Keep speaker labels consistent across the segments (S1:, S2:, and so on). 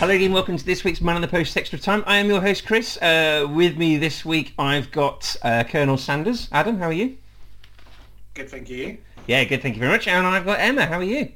S1: Hello again, welcome to this week's Man on the Post Extra Time. I am your host Chris. Uh, with me this week I've got uh, Colonel Sanders. Adam, how are you?
S2: Good, thank you.
S1: Yeah, good, thank you very much. And I've got Emma, how are you?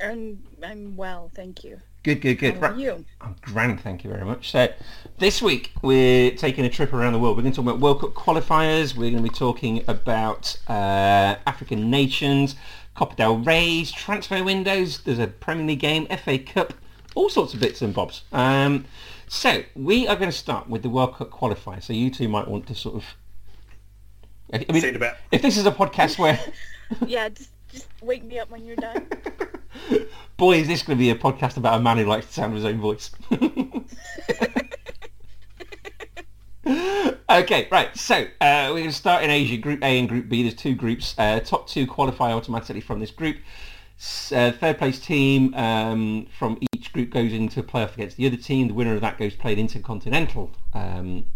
S3: I'm, I'm well, thank you.
S1: Good, good, good.
S3: How are you?
S1: I'm grand, thank you very much. So this week we're taking a trip around the world. We're going to talk about World Cup qualifiers. We're going to be talking about uh, African nations, Copa del Rey's, transfer windows. There's a Premier League game, FA Cup, all sorts of bits and bobs. Um, so we are going to start with the World Cup qualifier. So you two might want to sort of. I mean,
S2: See you in a bit.
S1: if this is a podcast where
S3: Yeah, just just wake me up when you're done.
S1: boy, is this going to be a podcast about a man who likes the sound of his own voice. okay, right. So uh, we're going to start in Asia, Group A and Group B. There's two groups. Uh, top two qualify automatically from this group. S- Uh, third place team um, from each group goes into a playoff against the other team. The winner of that goes to play an intercontinental um,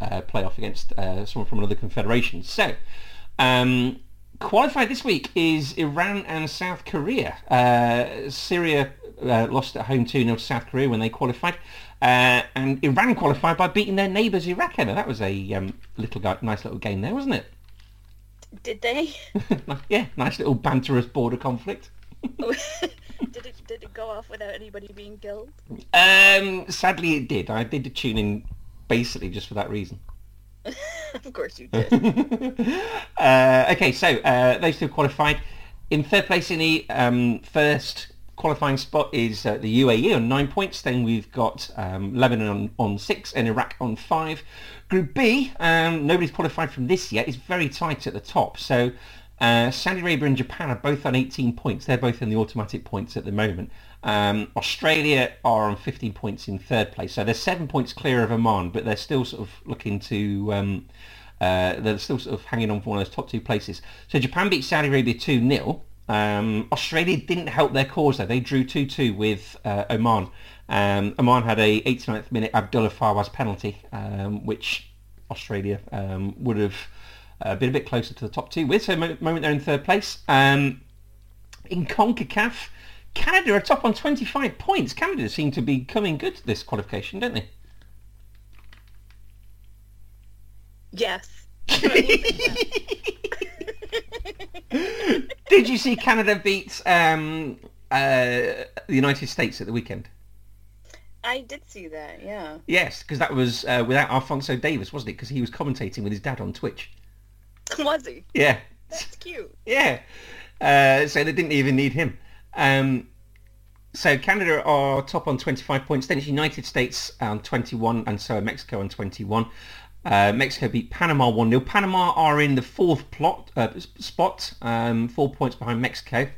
S1: uh, playoff against uh, someone from another confederation. So, um, qualified this week is Iran and South Korea. Uh, Syria uh, lost at home 2-0 to South Korea when they qualified. Uh, and Iran qualified by beating their neighbours Iraq. Emma. That was a um, little guy, nice little game there, wasn't it?
S3: Did they?
S1: yeah, nice little banterous border conflict.
S3: did it did it go off without anybody being killed?
S1: Um, sadly, it did. I did tune in basically just for that reason.
S3: of course you did.
S1: Uh, okay, so uh, those two qualified. In third place in the um, first qualifying spot is uh, the UAE on nine points. Then we've got um, Lebanon on, on six and Iraq on five. Group B, um, nobody's qualified from this yet. It's very tight at the top. So uh, Saudi Arabia and Japan are both on 18 points. They're both in the automatic points at the moment. Um, Australia are on 15 points in third place. So they're seven points clear of Oman, but they're still sort of looking to... Um, uh, they're still sort of hanging on for one of those top two places. So Japan beat Saudi Arabia 2-0. Um, Australia didn't help their cause though. They drew 2-2 with uh, Oman. Um, Oman had a 89th minute Abdullah Fawaz penalty, um, which Australia um, would have uh, been a bit closer to the top two with. So mo- moment they're in third place. Um, in CONCACAF, Canada are top on 25 points. Canada seem to be coming good to this qualification, don't they?
S3: yes.
S1: Did you see Canada beat um, uh, the United States at the weekend?
S3: I did see that, yeah.
S1: Yes, because that was uh, without Alfonso Davis, wasn't it? Because he was commentating with his dad on Twitch.
S3: Was he?
S1: Yeah,
S3: That's cute.
S1: yeah. Uh, so they didn't even need him. Um, so Canada are top on 25 points. Then it's United States on 21, and so are Mexico on 21. Uh, Mexico beat Panama 1-0. Panama are in the fourth plot uh, s- spot, um, four points behind Mexico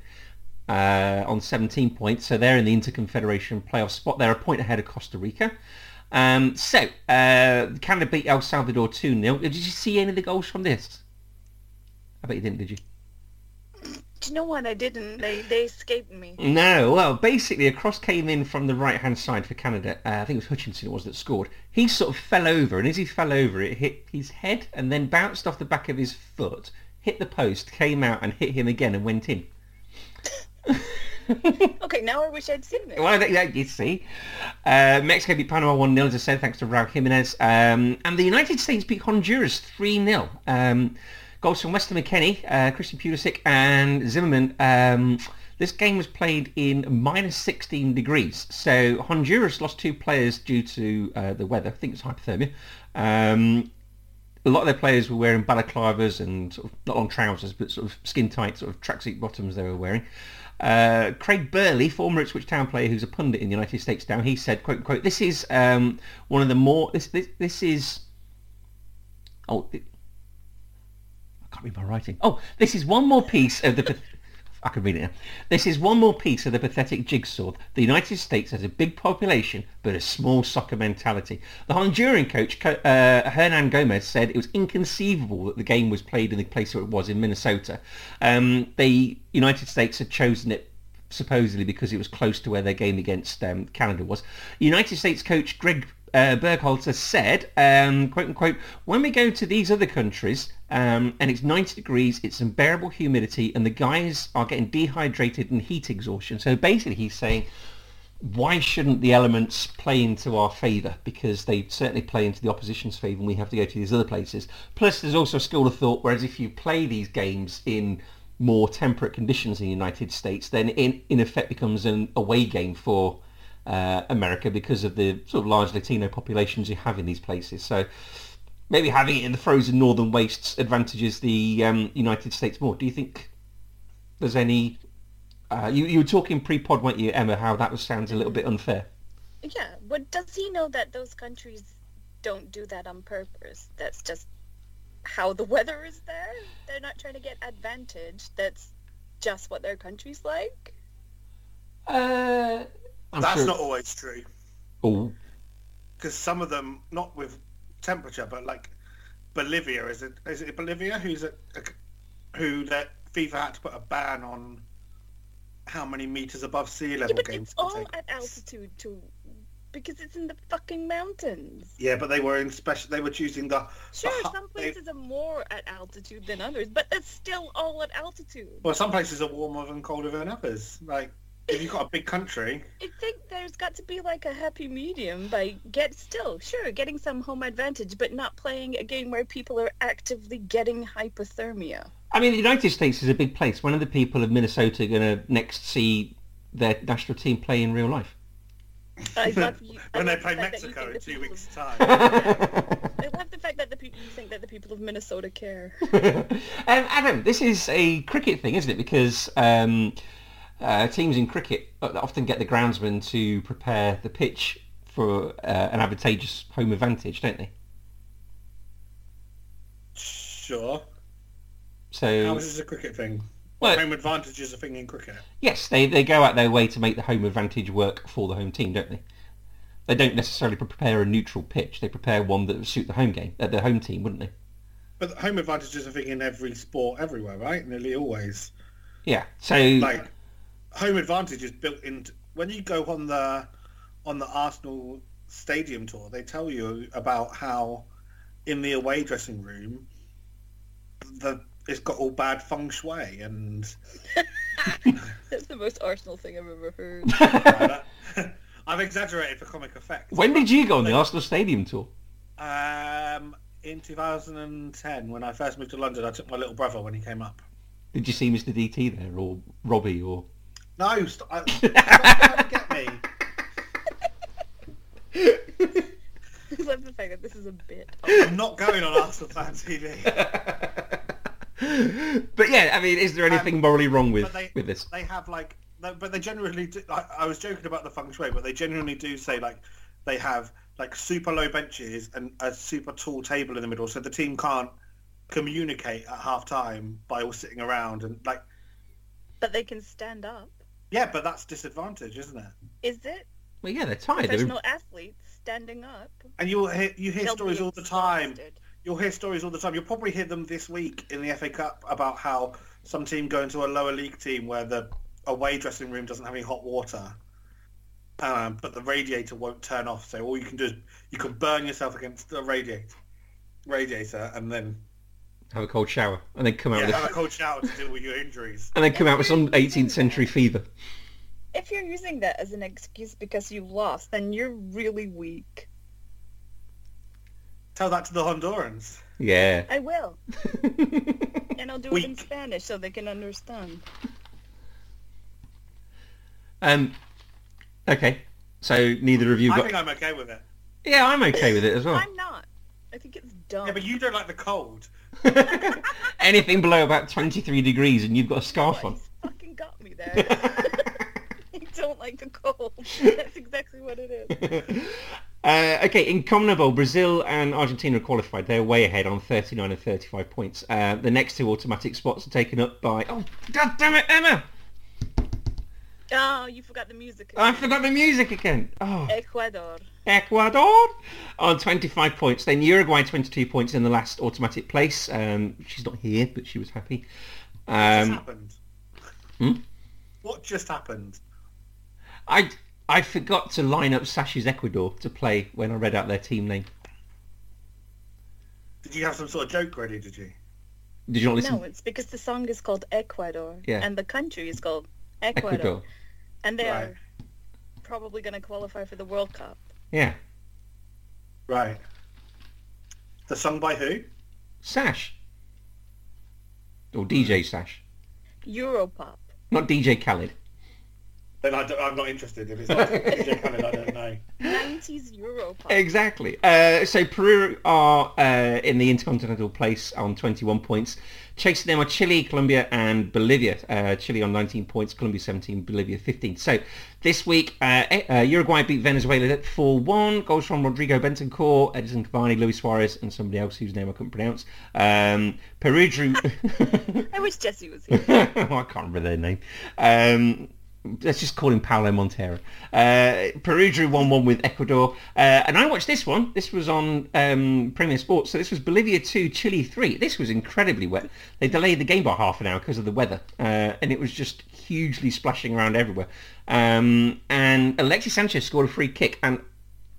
S1: uh, on 17 points. So they're in the Interconfederation playoff spot. They're a point ahead of Costa Rica. Um, so uh, Canada beat El Salvador 2-0. Did you see any of the goals from this? I bet you didn't, did you?
S3: Do you know what I didn't? They they escaped me.
S1: No, well, basically a cross came in from the right-hand side for Canada. Uh, I think it was Hutchinson it was that scored. He sort of fell over, and as he fell over, it hit his head and then bounced off the back of his foot, hit the post, came out and hit him again and went in.
S3: Okay, now I wish I'd seen it.
S1: Well, that, that, you see. Uh, Mexico beat Panama 1-0, as I said, thanks to Raul Jimenez. Um, and the United States beat Honduras 3-0. Um, goals from Weston McKenney, uh, Christian Pulisic and Zimmerman. Um, This game was played in minus 16 degrees. So Honduras lost two players due to uh, the weather. I think it's hypothermia. Um, a lot of their players were wearing balaclavas and sort of, not long trousers, but sort of skin tight sort of tracksuit bottoms they were wearing. Uh, Craig Burley, former Ipswich Town player who's a pundit in the United States now, he said, "quote unquote, this is um, one of the more this this, this is oh it, I can't read my writing. Oh, this is one more piece of the." path- I can read it now. This is one more piece of the pathetic jigsaw. The United States has a big population but a small soccer mentality. The Honduran coach Co- uh, Hernan Gomez said it was inconceivable that the game was played in the place where it was in Minnesota. Um, the United States had chosen it supposedly because it was close to where their game against um, Canada was. United States coach Greg uh, Berhalter said, um, quote unquote, when we go to these other countries um, and it's 90 degrees, it's unbearable humidity and the guys are getting dehydrated and heat exhaustion. So basically he's saying, why shouldn't the elements play into our favour? Because they certainly play into the opposition's favour and we have to go to these other places. Plus there's also a school of thought, whereas if you play these games in more temperate conditions in the United States, then in, in effect becomes an away game for uh, America because of the sort of large Latino populations you have in these places. So maybe having it in the frozen northern wastes advantages the um, United States more. Do you think there's any? Uh, you you were talking pre-pod, weren't you, Emma? How that was sounds a little bit unfair.
S3: Yeah, but does he know that those countries don't do that on purpose? That's just how the weather is there. They're not trying to get advantage. That's just what their country's like.
S1: Uh, I'm
S2: That's
S1: sure-
S2: not always true
S1: Oh,
S2: because some of them, not with temperature, but like Bolivia is it? Is it Bolivia who's a, a- who that FIFA had to put a ban on how many meters above sea
S3: Yeah,
S2: level
S3: but
S2: games?
S3: it's
S2: could
S3: all
S2: take
S3: at
S2: place?
S3: altitude too, because it's in the fucking mountains.
S2: Yeah, but they were in special. They were choosing the.
S3: Sure,
S2: the, hu-
S3: some
S2: they-
S3: places are more at altitude than others, but that's still all at altitude.
S2: well, some places are warmer and colder than others. Like if you've got a big country,
S3: I think there's got to be like a happy medium by get still, sure, getting some home advantage, but not playing a game where people are actively getting hypothermia.
S1: I mean, the United States is a big place. When are the people of Minnesota going to next see their national team play in real life?
S3: I love you. I
S2: when they
S3: love
S2: play
S3: the fact that you
S2: Mexico
S3: think
S2: in
S3: the
S2: two
S3: people
S2: weeks'
S3: of-
S2: time.
S3: I love the fact that the people you think that the people of Minnesota care.
S1: um, Adam, this is a cricket thing, isn't it? Because um, uh, teams in cricket often get the groundsman to prepare the pitch for uh, an advantageous home advantage, don't they?
S2: sure. How
S1: So,
S2: is this a cricket thing?
S1: Well-
S2: home advantage is a thing in cricket.
S1: yes, they, they go out their way to make the home advantage work for the home team, don't they? They don't necessarily prepare a neutral pitch. They prepare one that would suit the home game, uh, the home team, wouldn't they?
S2: But home advantage is a thing in every sport everywhere, right? Nearly always.
S1: Yeah. So,
S2: Like home advantage is built into when you go on the on the Arsenal stadium tour, they tell you about how in the away dressing room the it's got all bad feng shui and
S3: That's the most Arsenal thing I've ever heard.
S2: I've exaggerated for comic effect.
S1: when did you go on the Arsenal Stadium tour?
S2: Um in 2010 when I first moved to London, I took my little brother when he came up.
S1: Did you see Mr. DT there or Robbie or...
S2: No, st- I, stop trying to get me.
S3: I love the fact that this is a bit.
S2: I'm not going on Arsenal fan TV.
S1: but yeah, I mean, is there anything morally wrong with
S2: Um, But they,
S1: with this?
S2: they have like, they- but they generally do. I, I was joking about the feng shui, but they genuinely do say like they have like super low benches and a super tall table in the middle, so the team can't communicate at half time by all sitting around and like
S3: But they can stand up.
S2: yeah, but that's disadvantage, isn't it?
S3: Is it
S1: Well, yeah, they're tired. They're-
S3: professional athletes standing up?
S2: And you'll hear you hear
S3: They'll be
S2: stories all the time.
S3: exhausted.
S2: You'll hear stories all the time. You'll probably hear them this week in the FA Cup about how some team going to a lower league team where the away dressing room doesn't have any hot water, um, but the radiator won't turn off. So all you can do is you can burn yourself against the radiator, radiator, and then
S1: Have a cold shower and then come out
S2: yeah,
S1: with
S2: have a
S1: a,
S2: cold shower to deal with your injuries.
S1: and then come out with some 18th century fever.
S3: If you're using that as an excuse because you lost, then you're really weak.
S2: Tell that to the Hondurans.
S1: Yeah.
S3: I will, and I'll do it in
S2: Weak.
S3: Spanish so they can understand.
S1: Um, okay, so neither of you
S2: I
S1: got.
S2: think I'm okay with it.
S1: Yeah, I'm okay with it as well.
S3: I'm not. I think it's dumb.
S2: Yeah, but you don't like the cold.
S1: Anything below about 23 degrees and you've got a scarf on.
S3: Well, he's fucking got me there. I don't like the cold. That's exactly what it is.
S1: Uh, okay, in Commonwealth, Brazil and Argentina are qualified. They're way ahead on 39 and 35 points. Uh, the next two automatic spots are taken up by... Oh, God damn it, Emma!
S3: Oh, you forgot the music.
S1: I forgot the music again. Oh,
S3: Ecuador.
S1: Ecuador on 25 points. Then Uruguay 22 points in the last automatic place. Um, she's not here, but she was happy.
S2: What's
S1: Um,
S2: happened?
S1: Hmm?
S2: What just happened?
S1: I, I forgot to line up Sasha's Ecuador to play when I read out their team name.
S2: Did you have some sort of joke ready? Did you?
S1: Did you not listen?
S3: No, it's because the song is called Ecuador,
S1: Yeah.
S3: and the country is called Ecuador,
S1: Ecuador.
S3: and they're
S2: Right.
S3: probably going to qualify for the World Cup.
S1: Yeah.
S2: Right. The song by who?
S1: Sash. Or DJ Sash.
S3: Europop.
S1: Not DJ Khaled.
S2: Then I don't, I'm not interested. If it's not DJ Khaled, I don't know.
S3: 90s Europop.
S1: Exactly. Uh, so Peru are uh, in the intercontinental place on 21 points. Chasing them are Chile, Colombia and Bolivia. Uh, Chile on 19 points, Colombia 17, Bolivia 15. So this week, uh, eh, uh, Uruguay beat Venezuela 4-1. Goals from Rodrigo Bentancur, Edison Cavani, Luis Suarez and somebody else whose name I couldn't pronounce. Um, Peru drew...
S3: I wish Jesse was here.
S1: I can't remember their name. Um, let's just call him Paolo Montero. Uh, Peru drew 1-1 with Ecuador. Uh, and I watched this one. This was on um, Premier Sports. So this was Bolivia 2, Chile 3. This was incredibly wet. They delayed the game by half an hour because of the weather. Uh, and it was just hugely splashing around everywhere. Um, and Alexis Sanchez scored a free kick. And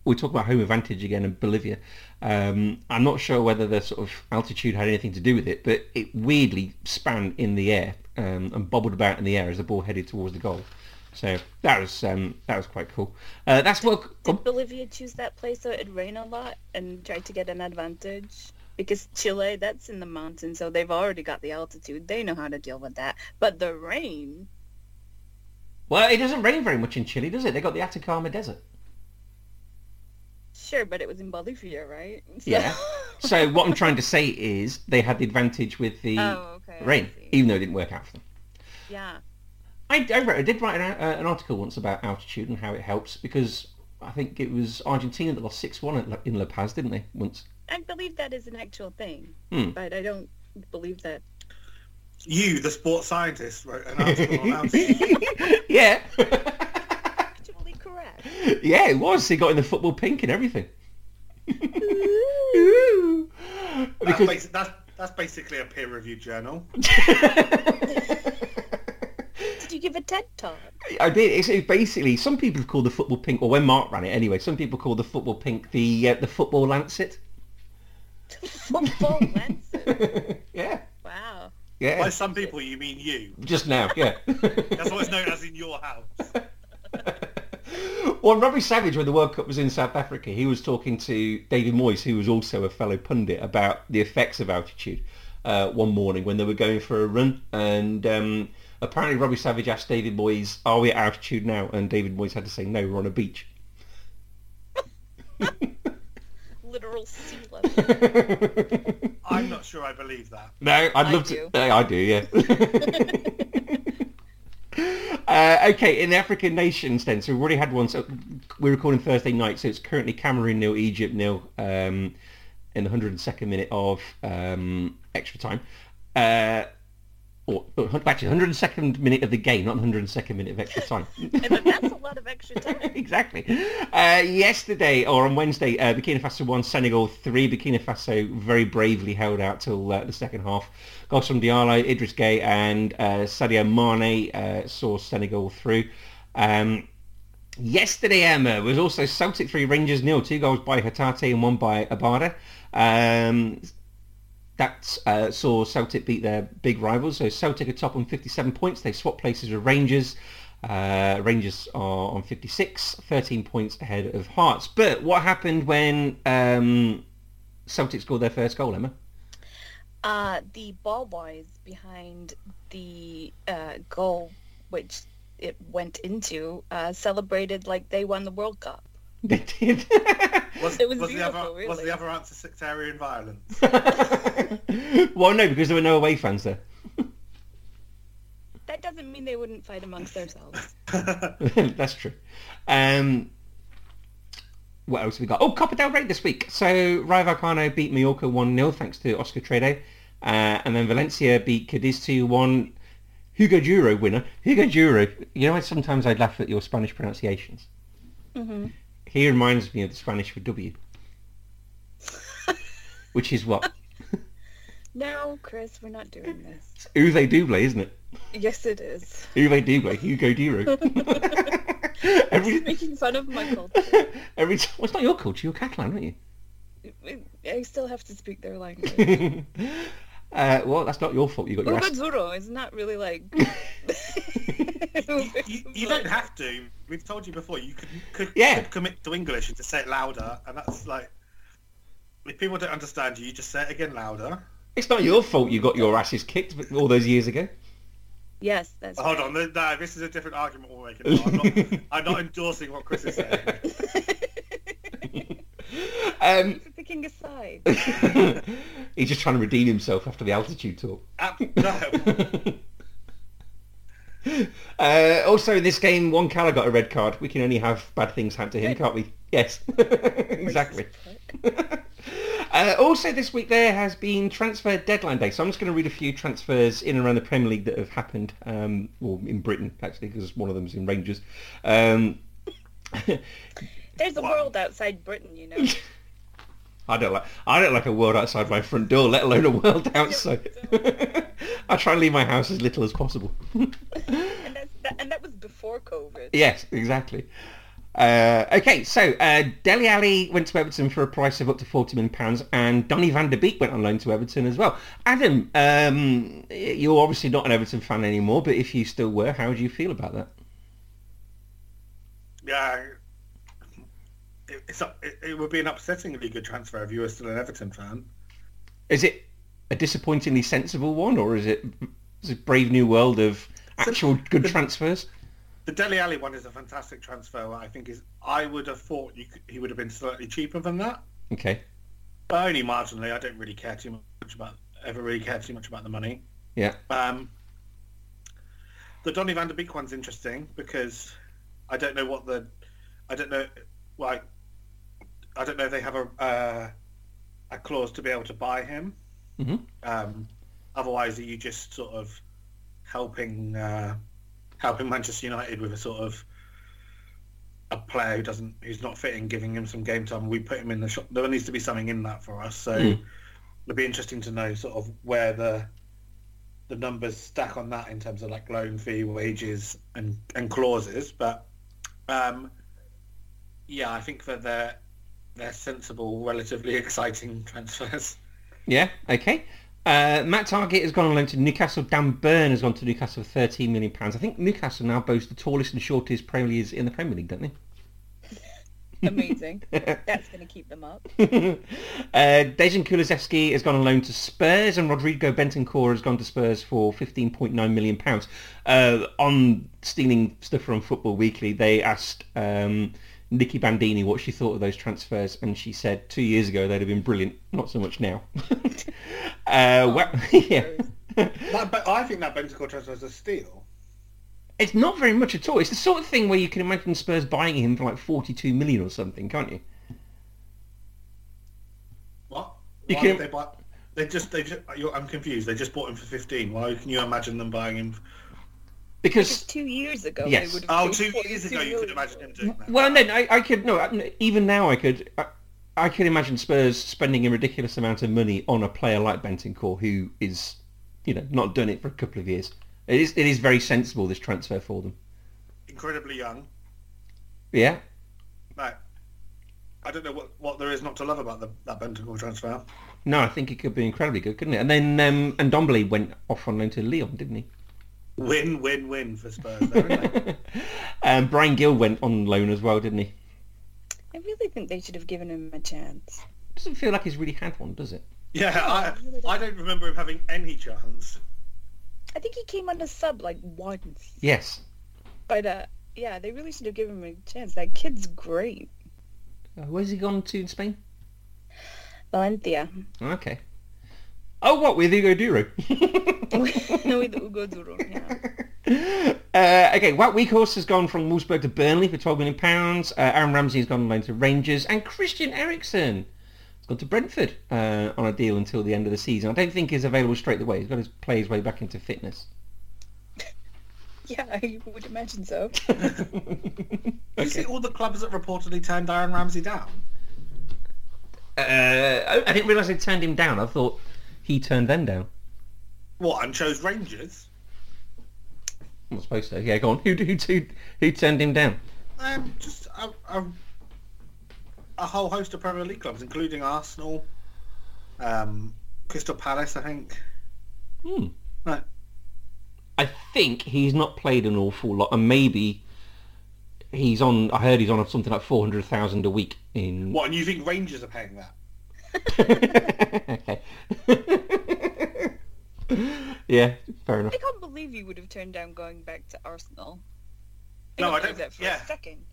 S1: we talk about home advantage again in Bolivia. Um, I'm not sure whether the sort of altitude had anything to do with it, but it weirdly span in the air um, and bobbled about in the air as the ball headed towards the goal. So that was um, that was quite cool. Uh, that's what.
S3: Did Bolivia choose that place so it'd rain a lot and try to get an advantage? Because Chile, that's in the mountains, so they've already got the altitude. They know how to deal with that. But the rain,
S1: Well, it doesn't rain very much in Chile, does it? They got the Atacama Desert.
S3: sure, but it was in Bolivia, right? Oh, So-
S1: Yeah. so what I'm trying to say is they had the advantage with the
S3: Oh, okay, I
S1: rain, E-
S3: see.
S1: even though it didn't work out for them.
S3: yeah.
S1: I, I, wrote, I did write an, uh, an article once about altitude and how it helps because I think it was Argentina that lost 6-1 at La- in La Paz, didn't they, once?
S3: I believe that is an actual thing,
S1: Hmm.
S3: but I don't believe that.
S2: You, the sports scientist, wrote an article on altitude.
S1: yeah.
S3: Actually, correct.
S1: yeah, it was. He got in the football pink and everything.
S2: That's,
S1: because,
S2: basi- that's, that's basically a peer-reviewed journal.
S3: Did you give a TED talk?
S1: I did. It's, it's basically, some people call the football pink, or when Mark ran it anyway, some people call the football pink the uh, the football lancet.
S3: Football Lancet.
S1: yeah.
S3: Wow.
S1: Yeah.
S2: By some people, you mean you.
S1: Just now, yeah.
S2: That's what it's known as in your house.
S1: Well, Robbie Savage, when the World Cup was in South Africa, he was talking to David Moyes, who was also a fellow pundit, about the effects of altitude uh, one morning when they were going for a run. And um, apparently Robbie Savage asked David Moyes, are we at altitude now? And David Moyes had to say, no, we're on a beach.
S3: Literal sea level.
S2: I'm not sure I believe that.
S1: No, I'd
S3: I
S1: love
S3: do.
S1: to. I do, yeah. uh, okay, in the African nations then, so we've already had one. So we're recording Thursday night, so it's currently Cameroon nil, Egypt nil, um, in the 102nd minute of um, extra time. Uh, or, or hun- actually, 102nd minute of the game, not 102nd minute of extra time.
S3: And then that's a lot of extra time.
S1: exactly. Uh, yesterday, or on Wednesday, uh, Burkina Faso won Senegal 3. Burkina Faso very bravely held out till uh, the second half. Goals from Diallo, Idris Gay and uh, Sadio Mane uh, saw Senegal through. Um, yesterday, Emma, was also Celtic 3, Rangers nil. Two goals by Hatate and one by Abada. Um, that uh, saw Celtic beat their big rivals. So Celtic are top on 57 points. They swap places with Rangers. Uh, Rangers are on 56, 13 points ahead of Hearts. But what happened when um, Celtic scored their first goal, Emma?
S3: Uh, the ball boys behind the uh, goal, which it went into uh, celebrated like they won the World Cup.
S1: They did.
S2: Was,
S3: It was
S2: the other,
S3: beautiful,
S2: was
S3: really.
S2: the other answer sectarian violence?
S1: well, no, because there were no away fans there.
S3: That doesn't mean they wouldn't fight amongst themselves.
S1: That's true. Um, what else have we got? Oh, Copa del Rey this week. So Rayo Vallecano beat Mallorca 1-0 thanks to Oscar Tredo. Uh, and then Valencia beat Cadiz 2-1. Hugo Duro winner. Hugo Duro. You know, what? sometimes I laugh at your Spanish pronunciations.
S3: Mhm.
S1: He reminds me of the Spanish for W. Which is what?
S3: No, Chris, we're not doing this.
S1: Uve Duble, isn't it?
S3: Yes, it is.
S1: Uve Duble. Hugo Duro. every,
S3: Making fun of my culture.
S1: every time. Well, it's not your culture. You're Catalan, aren't you?
S3: I still have to speak their language.
S1: uh, well, that's not your fault. You got
S3: Oh,
S1: your ass.
S3: Ugaduro is not really like.
S2: You, you don't have to. We've told you before. You could could,
S1: Yeah.
S2: could commit to English and just say it louder, and that's like if people don't understand you, you just say it again louder.
S1: It's not your fault. You got your asses kicked all those years ago.
S3: Yes, that's.
S2: Hold on, no, no, this is a different argument we're making. No, I'm, not, I'm not endorsing what Chris is saying.
S1: Um,
S3: You're picking a side.
S1: he's just trying to redeem himself after the altitude talk.
S2: Ab- no,
S1: Uh, also, in this game, one Cala got a red card. We can only have bad things happen to him, can't we? Yes, exactly. Uh, also, this week there has been transfer deadline day, so I'm just going to read a few transfers in and around the Premier League that have happened, um, well, in Britain actually, because one of them's in Rangers. Um,
S3: There's a world outside Britain, you know.
S1: I don't like I don't like a world outside my front door, let alone a world outside. I try and leave my house as little as possible.
S3: And, that's, that, and that was before COVID.
S1: Yes, exactly. Uh, okay, so uh, Deli Ali went to Everton for a price of up to forty million pounds, and Donny Van der Beek went on loan to Everton as well. Adam, um, you're obviously not an Everton fan anymore, but if you still were, how would you feel about that?
S2: yeah, it, it's up- it, it would be an upsettingly good transfer if you were still an Everton fan.
S1: Is it a disappointingly sensible one, or is it is it Brave New World of actual good transfers?
S2: The Deli Alley one is a fantastic transfer. I think is I would have thought you could, he would have been slightly cheaper than that,
S1: Okay,
S2: but only marginally. I don't really care too much about ever really care too much about the money.
S1: yeah,
S2: Um, the Donny Van Der Beek one's interesting because I don't know what the I don't know like I don't know if they have a uh, a clause to be able to buy him.
S1: Mhm.
S2: Um, otherwise, are you just sort of helping uh, helping Manchester United with a sort of a player who doesn't who's not fitting, giving him some game time? We put him in the shop. There needs to be something in that for us. So
S1: Mm.
S2: it'd be interesting to know sort of where the the numbers stack on that in terms of like loan fee, wages, and and clauses. But um, yeah, I think that they're they're sensible, relatively exciting transfers.
S1: yeah, okay. Uh, Matt Target has gone on loan to Newcastle. Dan Byrne has gone to Newcastle for thirteen million pounds. I think Newcastle now boasts the tallest and shortest Premiers in the Premier League, don't they?
S3: Amazing. that's going to keep them up.
S1: Uh, Dejan Kulusevski has gone on loan to Spurs, and Rodrigo Bentancur has gone to Spurs for 15.9 million pounds. Uh, on stealing stuff from Football Weekly, they asked um, Nikki Bandini what she thought of those transfers, and she said two years ago they'd have been brilliant, not so much now. uh, well, yeah.
S2: That, but I think that Bentacore transfer is a steal.
S1: It's not very much at all. It's the sort of thing where you can imagine Spurs buying him for like 42 million or something, can't you?
S2: What?
S1: You
S2: Why
S1: can-
S2: did they buy? They just they just, you're, I'm confused. They just bought him for fifteen. Why can you imagine them buying him?
S1: Because
S3: Two years ago,
S1: Yes.
S3: they would have
S2: Oh,
S3: paid
S2: two
S3: 42
S2: years ago you could
S3: million.
S2: imagine him doing that.
S1: Well, no, no, I, I could no. I- Even now, I could. I, I can imagine Spurs spending a ridiculous amount of money on a player like Bentancur, who is, you know, not done it for a couple of years. It is. It is very sensible this transfer for them.
S2: Incredibly young.
S1: Yeah.
S2: Like, I don't know what, what there is not to love about the, that Bentacore transfer.
S1: No, I think it could be incredibly good, couldn't it? And then um, and Dombele went off on loan to Leon, didn't he?
S2: Win, win, win for Spurs. Though, isn't it?
S1: Um, Brian Gill went on loan as well, didn't he?
S3: I really think they should have given him a chance.
S1: Doesn't feel like he's really had one, does it?
S2: yeah, I, I don't remember him having any chance.
S3: I think he came on a sub like once.
S1: Yes.
S3: But uh, yeah, they really should have given him a chance. That kid's great.
S1: Uh, where's he gone to in Spain?
S3: Valencia
S1: Okay. Oh, what with Hugo Duro?
S3: with Hugo Duro. Yeah.
S1: Uh, okay, Wout Weghorst has gone from Wolfsburg to Burnley for twelve million pounds. Uh, Aaron Ramsey has gone on loan to Rangers, and Christian Eriksen has gone to Brentford uh, on a deal until the end of the season. I don't think he's available straight away. He's got to play his way back into fitness.
S3: yeah, I would imagine so.
S2: You see all the clubs that reportedly turned Aaron Ramsey down.
S1: Uh, I I didn't realise they turned him down. I thought he turned them down.
S2: What, and chose Rangers?
S1: I'm not supposed to. Yeah, go on. Who who who, who turned him down?
S2: Um, just a, a, a whole host of Premier League clubs, including Arsenal, um, Crystal Palace, I think.
S1: Hmm.
S2: Right.
S1: I think he's not played an awful lot, and maybe he's on. I heard he's on something like four hundred thousand a week in.
S2: What, and you think Rangers are paying that?
S1: Okay. yeah, fair enough.
S3: I can't believe you would have turned down going back to Arsenal.
S2: No, I don't-
S3: believe that for
S2: yeah.
S3: a second.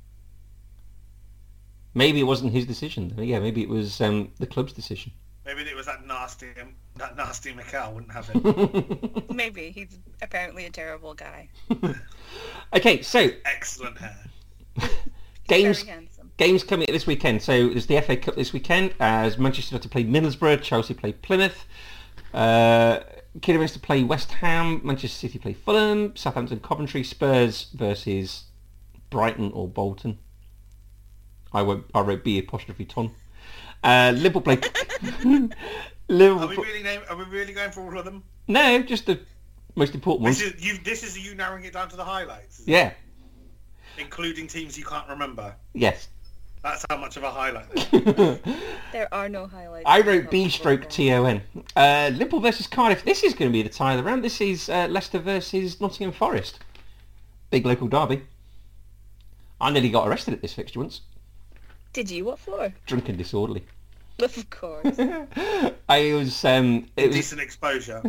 S1: Maybe it wasn't his decision. then. Yeah, maybe it was um, the club's decision.
S2: Maybe it was that nasty, um, that nasty Mikel wouldn't have it.
S3: Maybe he's apparently a terrible guy.
S1: Okay, so
S2: Excellent hair.
S1: games
S3: Very handsome.
S1: games coming up this weekend. So there's the FA Cup this weekend as Manchester United play Middlesbrough, Chelsea play Plymouth, uh, Kidderminster to play West Ham, Manchester City play Fulham, Southampton Coventry, Spurs versus Brighton or Bolton. I won't. I wrote B apostrophe ton. Uh, Liverpool play.
S2: Are
S1: Liverpool.
S2: we really name, Are we really going for all of them?
S1: No, just the most important
S2: This
S1: ones.
S2: is you. This is you narrowing it down to the highlights, is it?
S1: Yeah.
S2: including teams you can't remember.
S1: Yes.
S2: That's how much of a highlight.
S3: There are no highlights.
S1: I
S3: of
S1: wrote B stroke
S3: football.
S1: T O N. Uh, Liverpool versus Cardiff. This is going to be the tie of the round. This is uh, Leicester versus Nottingham Forest. Big local derby. I nearly got arrested at this fixture once.
S3: Did you? What for?
S1: Drunk and disorderly.
S3: Of course.
S1: I was. Um, it was.
S2: Decent exposure.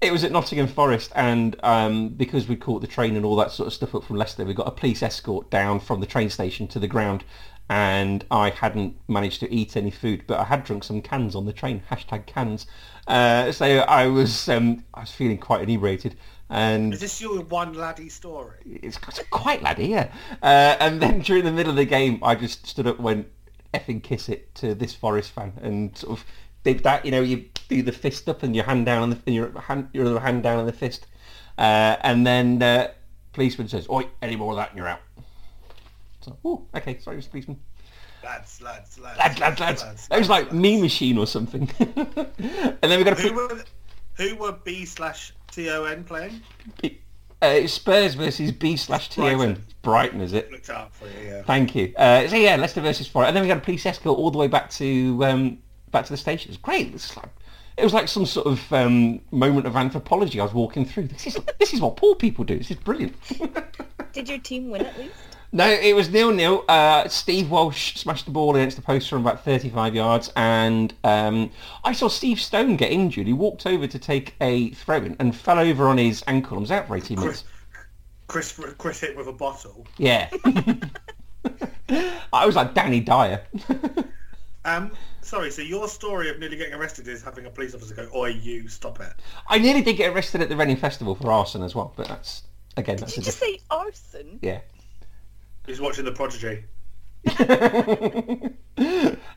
S1: It was at Nottingham Forest, and um, because we caught the train and all that sort of stuff up from Leicester, we got a police escort down from the train station to the ground, and I hadn't managed to eat any food, but I had drunk some cans on the train. Hashtag cans. Uh, so I was um, I was feeling quite inebriated, and
S2: Is this your one laddie story?
S1: it's it's quite laddie, yeah. Uh, and then during the middle of the game, I just stood up, and went effing kiss it to this Forest fan, and sort of did that. You know, you do the fist up and your hand down on the and your hand your other hand down on the fist, uh, and then uh, policeman says, "Oi, any more of that, and you're out." So, oh, okay, sorry, Mr. Policeman.
S2: Lads, lads, lads,
S1: Lads, lads, lads. That was like me machine or something. and then we got
S2: Who
S1: a
S2: were who were B slash T O N playing?
S1: uh, it's Spurs versus B slash T O N.
S2: Brighton.
S1: Brighton, is it?
S2: Looked up for you. Yeah.
S1: Thank you. Uh, so yeah, Leicester versus Forest, and then we got a police escort all the way back to um, back to the station. It was great. It was like, it was like some sort of um, moment of anthropology. I was walking through. This is this is what poor people do. This is brilliant.
S3: Did your team win at least?
S1: no, it was nil nil. Uh, Steve Walsh smashed the ball against the post from about thirty five yards, and um, I saw Steve Stone get injured. He walked over to take a throw in and fell over on his ankle and was out for eighteen minutes.
S2: Chris, Chris, Chris hit with a bottle.
S1: Yeah. I was like Danny Dyer.
S2: Um, sorry. So your story of nearly getting arrested is having a police officer go, "Oi, you, stop it."
S1: I nearly did get arrested at the Reading Festival for arson as well, but that's again that's
S3: Did you
S1: a
S3: just
S1: different
S3: say arson?
S1: yeah.
S2: He's watching the Prodigy.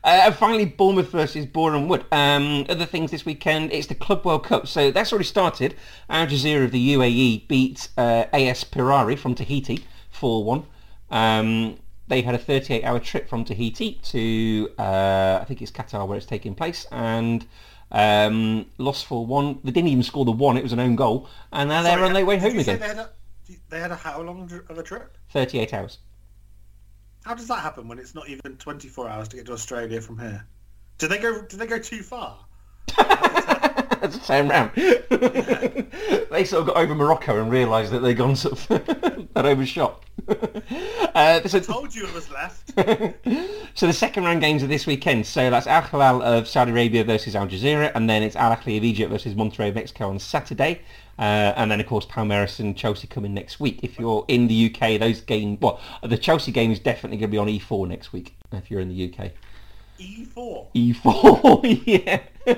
S1: Uh, and finally, Bournemouth versus Boreham Wood. Um, other things this weekend, it's the Club World Cup, so that's already started. Al Jazeera of the UAE beat uh, AS Pirari from Tahiti 4-1. Um, they had a 38-hour trip from Tahiti to, uh, I think it's Qatar where it's taking place, and um, lost 4-1. They didn't even score the one, it was an own goal, and now they're
S2: Sorry, uh,
S1: on their way
S2: did
S1: home
S2: you say
S1: again.
S2: They had, a, they had a how long dr- of a trip?
S1: 38 hours.
S2: How does that happen when it's not even 24 hours to get to Australia from here? Did they go? Did they go too far?
S1: That's the same round. they sort of got over Morocco and realised that they'd gone sort of that overshot. Uh, so,
S2: Told you it was left.
S1: so the second round games are this weekend. So that's Al Hilal of Saudi Arabia versus Al Jazeera, and then it's Al Ahly of Egypt versus Monterrey of Mexico on Saturday, uh, and then of course Palmeiras and Chelsea coming next week. If you're in the UK, those game well, the Chelsea game is definitely going to be on E4 next week. If you're in the UK,
S2: E E4.
S1: E4, yeah.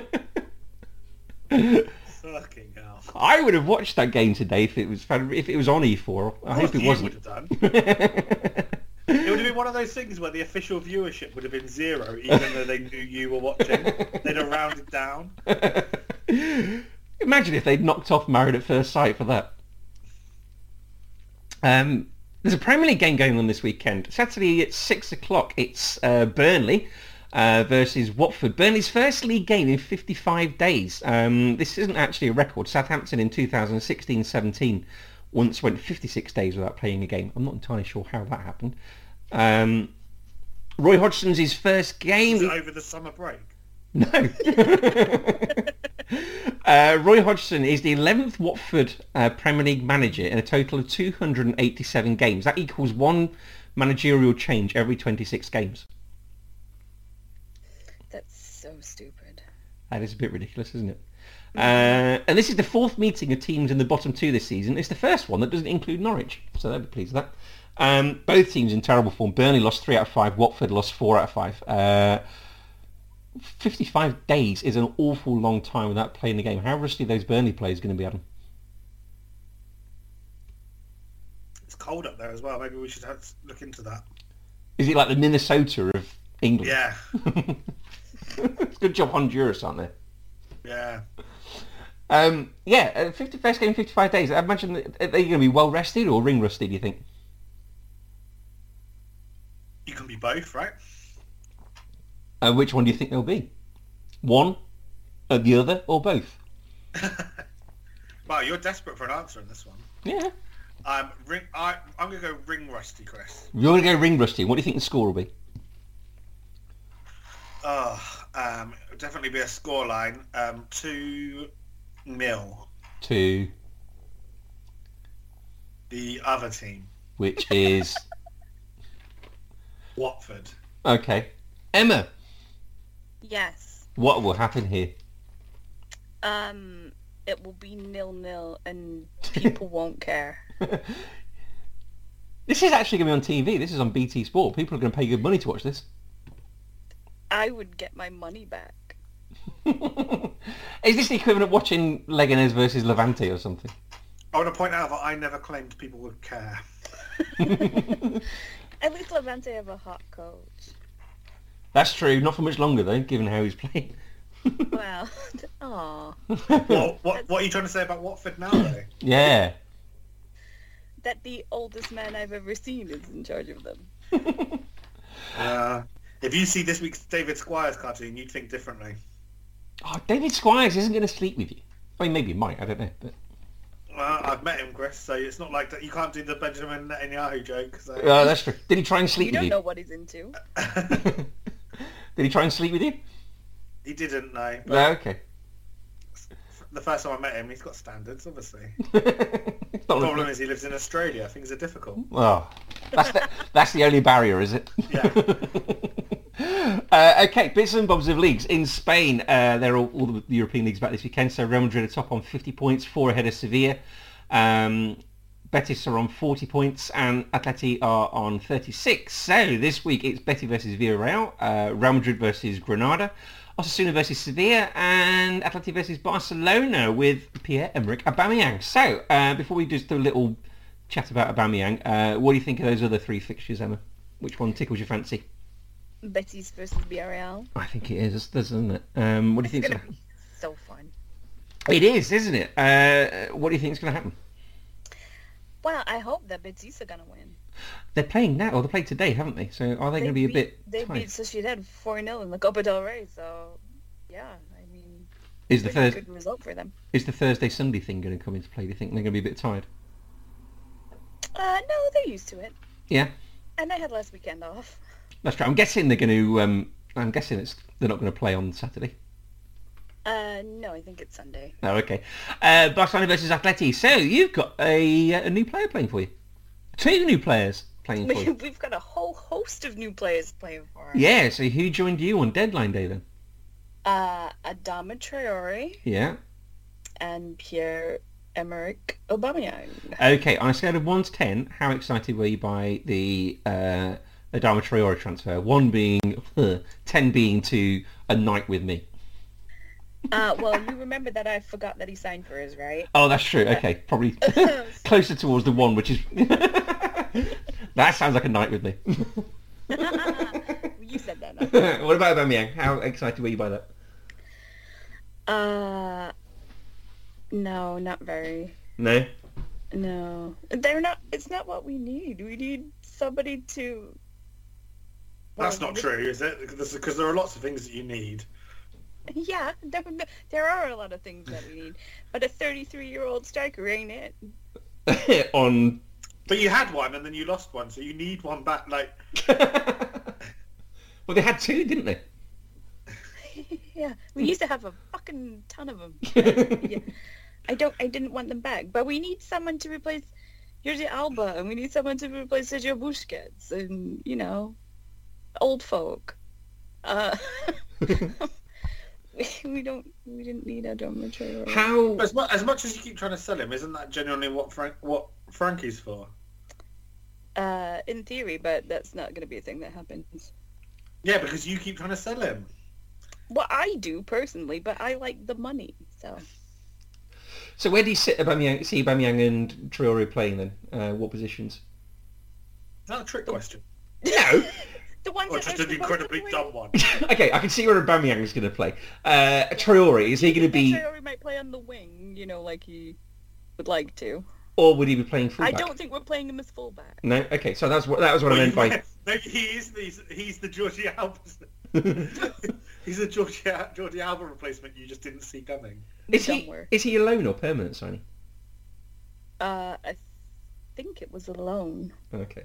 S2: Fucking hell.
S1: I would have watched that game today if it was if it was on E4. I hope it
S2: You
S1: wasn't.
S2: would have done. it would have been one of those things where the official viewership would have been zero, even though they knew you were watching. They'd have rounded down.
S1: Imagine if they'd knocked off Married at First Sight for that. Um, there's a Premier League game going on this weekend. Saturday at 6 o'clock, it's uh, Burnley uh, versus Watford. Burnley's first league game in 55 days. Um, this isn't actually a record. Southampton in 2016-17 once went 56 days without playing a game. I'm not entirely sure how that happened. Um, Roy Hodgson's his first game.
S2: Was it over the summer break?
S1: No. uh, Roy Hodgson is the 11th Watford uh, Premier League manager in a total of 287 games. That equals one managerial change every 26 games.
S3: That's so stupid.
S1: That is a bit ridiculous, isn't it? Uh, and this is the fourth meeting of teams in the bottom two this season. It's the first one that doesn't include Norwich, so they'll be pleased with that. Um, both teams in terrible form. Burnley lost three out of five. Watford lost four out of five. Uh, 55 days is an awful long time without playing the game. How rusty those Burnley players going to be, Adam?
S2: It's cold up there as well. Maybe we should have to look into that.
S1: Is it like the Minnesota of England?
S2: Yeah,
S1: it's a good job Honduras aren't they?
S2: yeah.
S1: Um, yeah, uh, 50, first game, 55 days. I imagine that are they going to be well rested or ring rusty, do you think?
S2: You can be both, right?
S1: Uh, which one do you think they'll be? One, uh, the other, or both?
S2: Wow, you're desperate for an answer in this one.
S1: Yeah.
S2: Um, ring, I, I'm going to go ring rusty, Chris.
S1: You're going to go ring rusty. What do you think the score will be?
S2: Oh, um, it would definitely be a scoreline. Um, two nil.
S1: Two,
S2: The other team,
S1: which is...
S2: Watford.
S1: okay. Emma,
S3: Yes.
S1: what will happen here?
S3: Um, it will be nil nil, and people won't care.
S1: This is actually going to be on TV. This is on BT Sport. People are going to pay good money to watch this.
S3: I would get my money back.
S1: is this the equivalent of watching Leganes versus Levante or something?
S2: I want to point out that I never claimed people would care.
S3: At least Levante have a hot coach.
S1: That's true. Not for much longer though, given how he's playing.
S3: Well, aw.
S1: Hmm.
S2: what, what, what are you trying to say about Watford now, though?
S1: Yeah.
S3: That the oldest man I've ever seen is in charge of them.
S2: Uh, if you see this week's David Squires cartoon, you'd think differently.
S1: Oh, David Squires isn't going to sleep with you. I mean, maybe he might. I don't know. But...
S2: Well, I've met him, Chris, so it's not like that. You can't do the Benjamin Netanyahu joke. So.
S1: Oh, that's true. Did he try and sleep with
S3: You don't
S1: you?
S3: know what he's into.
S1: Did he try and sleep with you?
S2: He didn't know. But
S1: No. Okay.
S2: the first time I met him, he's got standards, obviously.
S1: It's not
S2: The
S1: like-
S2: problem is he lives in Australia. Things are difficult.
S1: Oh, that's the, that's the only barrier, is it?
S2: Yeah.
S1: uh, okay, bits and bobs of leagues. In Spain, uh, they're all, all the European leagues back this weekend. So Real Madrid are top on 50 points, four ahead of Sevilla. Um, Betis are on 40 points and Atleti are on 36. So this week it's Betis versus Villarreal, uh, Real Madrid versus Granada, Osasuna versus Sevilla and Atleti versus Barcelona with Pierre-Emerick Aubameyang. So uh, before we just do a little chat about Aubameyang. Uh, what do you think of those other three fixtures, Emma? Which one tickles your fancy?
S3: Betty's versus BRL.
S1: I think it is, doesn't it? Um, what do you think's gonna...
S3: So fun.
S1: It is, isn't it? Uh, what do you think's going to happen?
S3: Well, I hope that Betis are gonna win.
S1: They're playing now, or they played today, haven't they? So are they, going to be a
S3: beat-
S1: bit
S3: They
S1: tight?
S3: beat Sociedad four 0 in the Copa del Rey, so yeah, I mean,
S1: Is the
S3: pretty
S1: Thurs
S3: good result for them.
S1: is the Thursday Sunday thing going to come into play? Do you think they're going to be a bit tired?
S3: Uh, no, they're used to it.
S1: Yeah,
S3: And I had last weekend off.
S1: that's right. I'm guessing they're going to. Um, I'm guessing it's they're not going to play on Saturday.
S3: Uh, no, I think it's Sunday.
S1: uh, Oh, okay. Uh, Barcelona versus Atleti. So you've got a, a new player playing for you. Two new players playing for you.
S3: We've got a whole host of new players playing for us.
S1: Yeah, so who joined you on deadline day then?
S3: Uh, Adama Traore
S1: Yeah.
S3: and Pierre Emerick Aubameyang.
S1: Okay, on a scale of 1 to 10, how excited were you by the uh, Adama Traore transfer? 1 being, 10 being to a night with me.
S3: Uh, well, you remember that I forgot that he signed for us, right?
S1: Oh, that's true. Okay, probably closer towards the 1, which is... that sounds like a night with me.
S3: you said that. Not.
S1: what about Aubameyang? How excited were you by that?
S3: Uh, no, not very.
S1: No?
S3: No, they're not. It's not what we need. We need somebody to.
S2: That's
S3: Well,
S2: not true, is it? Because there are lots of things that you need.
S3: Yeah, there, there are a lot of things that we need, but a 33-year-old striker ain't it.
S1: on...
S2: But you had one and then you lost one, so you need one back. Like,
S1: well, they had two, didn't they?
S3: yeah, we used to have a fucking ton of them.
S1: yeah.
S3: I don't. I didn't want them back, but we need someone to replace Jordi Alba, and we need someone to replace Sergio Busquets, and you know, old folk. Uh, we, we don't. We didn't need Adama Traore.
S1: How
S2: as, mu- as much as you keep trying to sell him, isn't that genuinely what Frank what Frankie's for?
S3: Uh, in theory, but that's not going to be a thing that happens.
S2: Yeah, because you keep trying to sell him.
S3: Well, I do personally, but I like the money. So
S1: So where do you sit Aubameyang, see Aubameyang and Traore playing then? Uh, what positions?
S2: Is that a trick question?
S1: No.
S3: the ones
S2: Or
S3: that
S2: just
S3: are
S2: an incredibly dumb one?
S1: okay, I can see where Aubameyang is going to play. Uh, Traore is he going to be,
S3: Traore might play on the wing, you know, like he would like to.
S1: or would he be playing
S3: I
S1: fullback?
S3: don't think we're playing him as fullback.
S1: No. Okay, so that's what that was what I meant by.
S2: Maybe he is the he's the Georgie Alba. he's the Georgie Georgie Alba replacement you just didn't see coming.
S1: Is
S3: Don't
S1: he
S3: worry.
S1: is he a loan or permanent signing?
S3: Uh, I think it was a loan.
S1: Okay.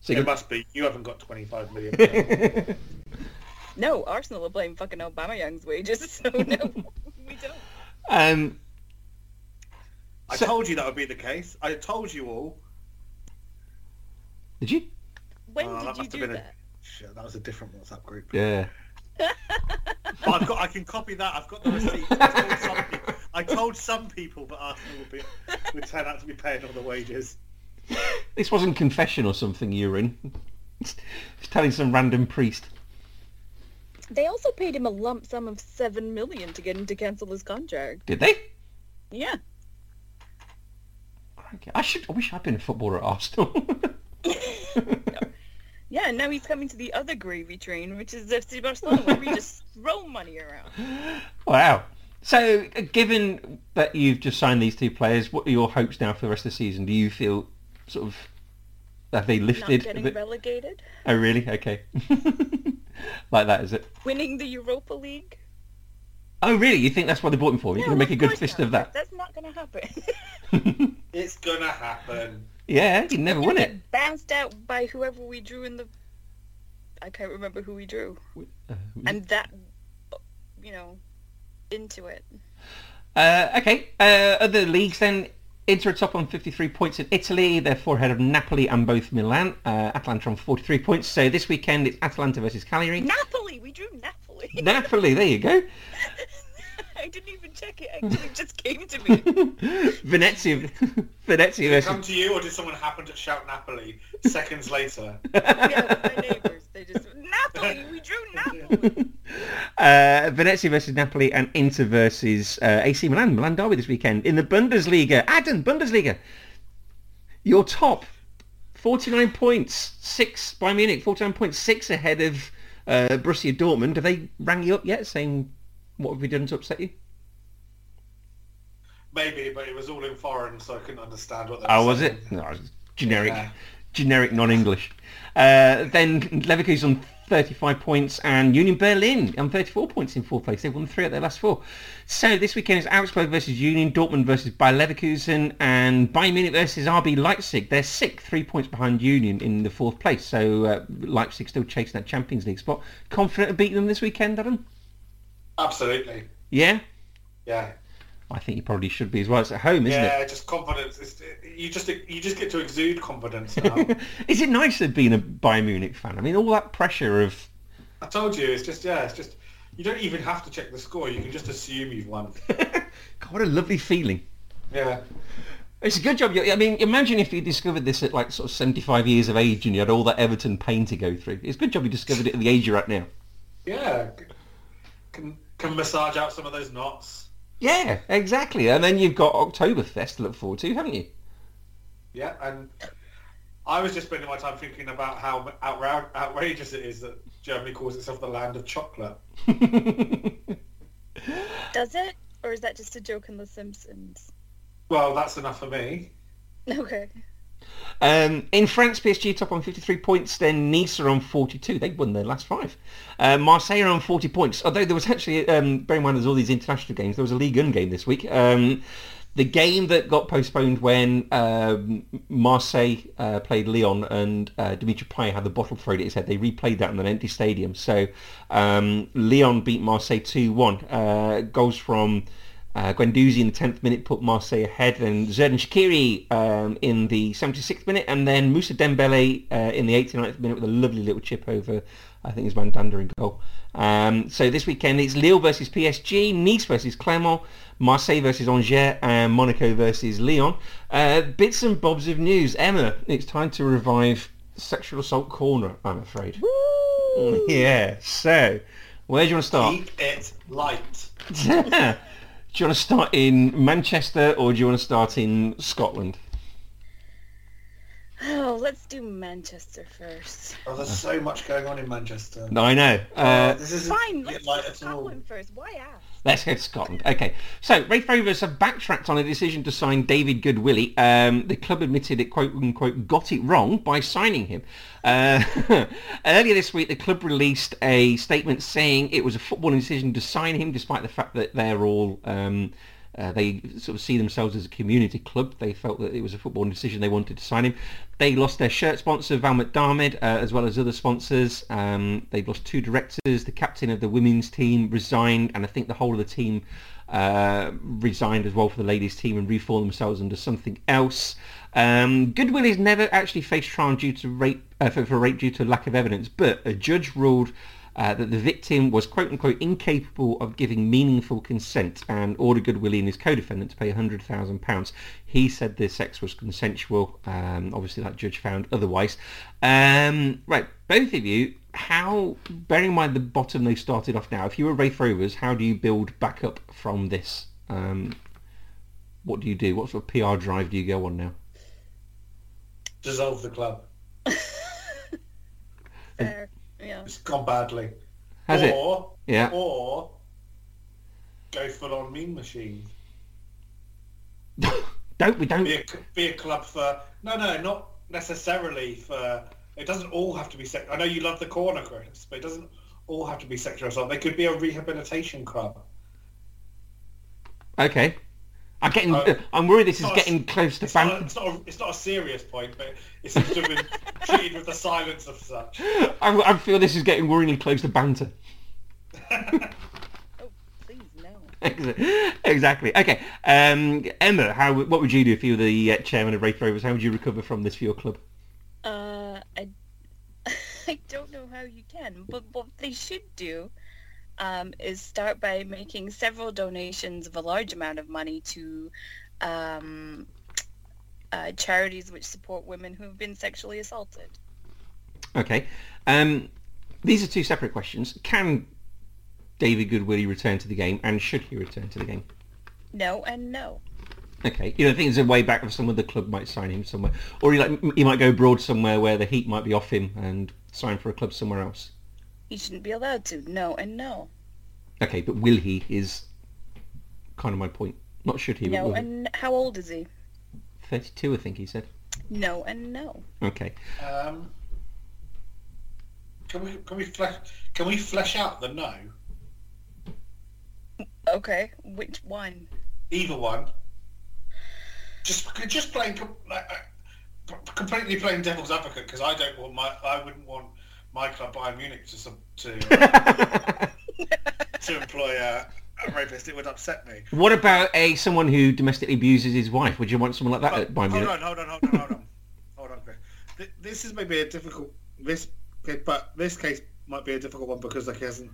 S1: So
S2: It
S1: you
S2: must be. You haven't got twenty five million.
S1: can...
S3: No, Arsenal are playing fucking Obama Young's wages, so no, we don't.
S1: um,
S2: I
S1: So-
S2: told you that would be the case. I told you all.
S1: did you?
S3: When
S2: Oh, that
S3: did you
S2: must have
S3: do
S2: been a-
S3: that?
S2: Shit, that was a different WhatsApp group.
S1: Yeah.
S2: But I've got. I can copy that. I've got the receipt. I told some people, I told some people but Arsenal would, be, would turn out to be paying all the wages.
S1: This wasn't confession or something you were in. Just telling some random priest.
S3: They also paid him a lump sum of seven million to get him to cancel his contract.
S1: Did they?
S3: Yeah.
S1: Okay. I should. I wish I'd been a footballer at Arsenal.
S3: Yeah, and now he's coming to the other gravy train, which is FC Barcelona, where we just throw money around.
S1: Wow. So, uh, given that you've just signed these two players, what are your hopes now for the rest of the season? Do you feel sort of have they
S3: Not
S1: lifted? a
S3: getting
S1: bit?
S3: relegated.
S1: oh, really? Okay. like that, is it?
S3: Winning the Europa League.
S1: Oh, really? You think that's what they bought him for? You're
S3: No,
S1: gonna make a good
S3: course
S1: fist
S3: not.
S1: of that?
S3: That's not going to happen.
S2: It's gonna happen.
S1: Yeah, you'd never win it.
S3: Get Bounced out by whoever we drew in the... I can't remember who we drew.
S1: Uh,
S3: And that, you know, into it.
S1: Uh, okay. Uh, other leagues then. Inter are top on 53 points in Italy. They're four ahead of Napoli and both Milan. Uh, Atalanta on 43 points. So this weekend it's Atalanta versus Cagliari.
S3: Napoli! We drew Napoli!
S1: Napoli, there you go.
S3: I didn't even check it. Actually, it just came to me.
S1: Venezia, Venezia versus
S2: Come to you, or did someone happen to shout Napoli seconds later?
S3: yeah, my neighbors. They just Napoli. We drew Napoli.
S1: uh, Venezia versus Napoli and Inter versus uh, AC Milan. Milan derby this weekend in the Bundesliga. Adam, Bundesliga, you're top, 49 points, six by Munich, 49 points, six ahead of uh, Borussia Dortmund. Have they rang you up yet, saying what have we done to upset you?
S2: Maybe, but it was all in foreign, so I couldn't understand what they were
S1: Oh, was
S2: saying.
S1: it? No, it's generic,
S2: Yeah.
S1: generic non-English. Uh, then Leverkusen on 35 points and Union Berlin on 34 points in fourth place. They've won three at their last four. So this weekend is Augsburg versus Union, Dortmund versus Bayer Leverkusen, and Bayern Munich versus RB Leipzig. They're sixth, three points behind Union in the fourth place. So uh, Leipzig still chasing that Champions League spot. Confident of beating them this weekend, Adam?
S2: Absolutely.
S1: Yeah.
S2: Yeah.
S1: I think you probably should be as well. It's at home, isn't
S2: yeah, just confidence. It's, you just you just get to exude confidence now.
S1: it? Is it nice of being a Bayern Munich fan? I mean, all that pressure of
S2: I told you, it's just yeah, it's just you don't even have to check the score. You can just assume you've won.
S1: God, what a lovely feeling.
S2: Yeah,
S1: It's a good job. you- I mean, imagine if you discovered this at like sort of 75 years of age and you had all that Everton pain to go through. It's a good job you discovered it at the age you're at now.
S2: yeah. Can can massage out some of those knots.
S1: Yeah, exactly. And then you've got Oktoberfest to look forward to, haven't you?
S2: Yeah, and I was just spending my time thinking about how outra- outrageous it is that Germany calls itself the land of chocolate.
S3: Does it? Or is that just a joke in The Simpsons?
S2: Well, that's enough for me.
S3: Okay.
S1: Um, in France, PSG top on 53 points. Then Nice are on 42. They won their last five. Uh, Marseille are on 40 points. Although there was actually, um, bear in mind there's all these international games. There was a League One game this week. Um, the game that got postponed when um, Marseille uh, played Lyon and uh, Dimitri Payet had the bottle thrown at his head, they replayed that in an empty stadium. So um, Lyon beat Marseille 2-1. Uh, goals from uh, Guendouzi in the 10th minute put Marseille ahead, then Zerdan Shakiri um, in the 76th minute, and then Moussa Dembele uh, in the 89th minute with a lovely little chip over, I think it was Mandanda in goal. Um, so this weekend it's Lille versus PSG, Nice versus Clermont, Marseille versus Angers, and Monaco versus Lyon. Uh, bits and bobs of news. Emma, it's time to revive Sexual Assault Corner, I'm afraid. Yeah, so where do you want to start?
S2: Keep it light.
S1: Yeah. Do you want to start in Manchester or do you want to start in Scotland?
S3: Oh, let's do Manchester first.
S2: Oh, there's so much going on in Manchester. Oh,
S1: No, I know. Uh,
S2: this isn't
S3: Fine,
S2: keep it
S3: let's
S2: light
S3: do
S2: at all.
S3: Scotland first. Why ask?
S1: let's go to Scotland. Okay. So, Rafe Rovers have backtracked on a decision to sign David Goodwillie. Um, the club admitted it, quote unquote, got it wrong by signing him. Uh, earlier this week, the club released a statement saying it was a footballing decision to sign him despite the fact that they're all... Um, Uh, they sort of see themselves as a community club. They felt that it was a football decision they wanted to sign him. They lost their shirt sponsor, Val McDarmid, uh, as well as other sponsors. Um, they've lost two directors. The captain of the women's team resigned, and I think the whole of the team uh, resigned as well for the ladies' team and reformed themselves under something else. Um, Goodwill has never actually faced trial due to rape uh, for, for rape due to lack of evidence, but a judge ruled uh, that the victim was quote unquote incapable of giving meaningful consent and ordered Goodwillie and his co-defendant to pay £100,000. He said the sex was consensual. Um, obviously that judge found otherwise. Um, right, both of you, how, bearing in mind the bottom they started off now, if you were Rafe Rovers, how do you build back up from this? Um, what do you do? What sort of PR drive do you go on now?
S2: Dissolve the club.
S3: Fair. Yeah.
S2: It's gone badly.
S1: Has it?
S2: or,
S1: Yeah.
S2: Or go full on mean machine.
S1: don't we don't
S2: Be a, be a club for no, no, not necessarily for. It doesn't all have to be sex. I know you love the corner, Chris, but it doesn't all have to be sexual assault. They could be a rehabilitation club.
S1: Okay. I'm getting.
S2: Uh,
S1: I'm worried this is
S2: not a-
S1: getting close to
S2: It's uh, not,
S1: ban.
S2: it's, not a, it's not a serious point, but it seems to have been treated with the silence of such.
S1: I, I feel this is getting worryingly close to banter.
S3: Oh, please no.
S1: exactly. Okay. Um, Emma, how? What would you do if you were the uh, chairman of Wraith Rovers? How would you recover from this for your club?
S3: Uh, I, I don't know how you can, but what they should do um, is start by making several donations of a large amount of money to um, uh, charities which support women who have been sexually assaulted.
S1: Okay. Um, these are two separate questions. Can David Goodwillie return to the game, and should he return to the game?
S3: No and no.
S1: Okay. You know, I think there's a way back of someone the club might sign him somewhere, or he like he might go abroad somewhere where the heat might be off him and sign for a club somewhere else.
S3: He shouldn't be allowed to. No and no.
S1: Okay, but will he is kind of my point. Not should he, but
S3: No
S1: will he?
S3: and how old is he?
S1: 32, I think he said.
S3: No and no.
S1: Okay.
S2: Um, can we can we flesh can we flesh out the no?
S3: Okay, which one?
S2: Either one. Just just playing com- like, uh, completely playing devil's advocate because I don't want my I wouldn't want my club Bayern Munich to sub- to uh, to employ a, a rapist, it would upset me.
S1: What about a someone who domestically abuses his wife? Would you want someone like that at my
S2: hold
S1: minute?
S2: on, hold on, hold on, hold on, hold on. Chris. Th- This is maybe a difficult this, but this case might be a difficult one because like he hasn't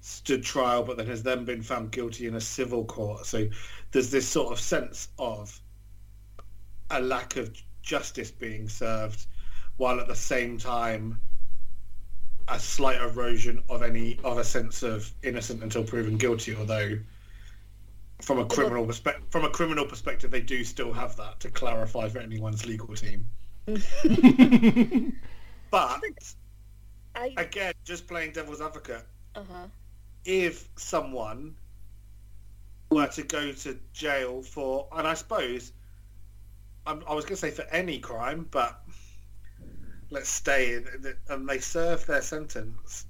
S2: stood trial, but then has then been found guilty in a civil court. So there's this sort of sense of a lack of justice being served, while at the same time a slight erosion of any of a sense of innocent until proven guilty. Although from a criminal perspective, from a criminal perspective, they do still have that to clarify for anyone's legal team. But
S3: I
S2: again, just playing devil's advocate,
S3: uh huh.
S2: if someone were to go to jail for, and I suppose I'm, I was going to say for any crime, but let's stay in, and they serve their sentence.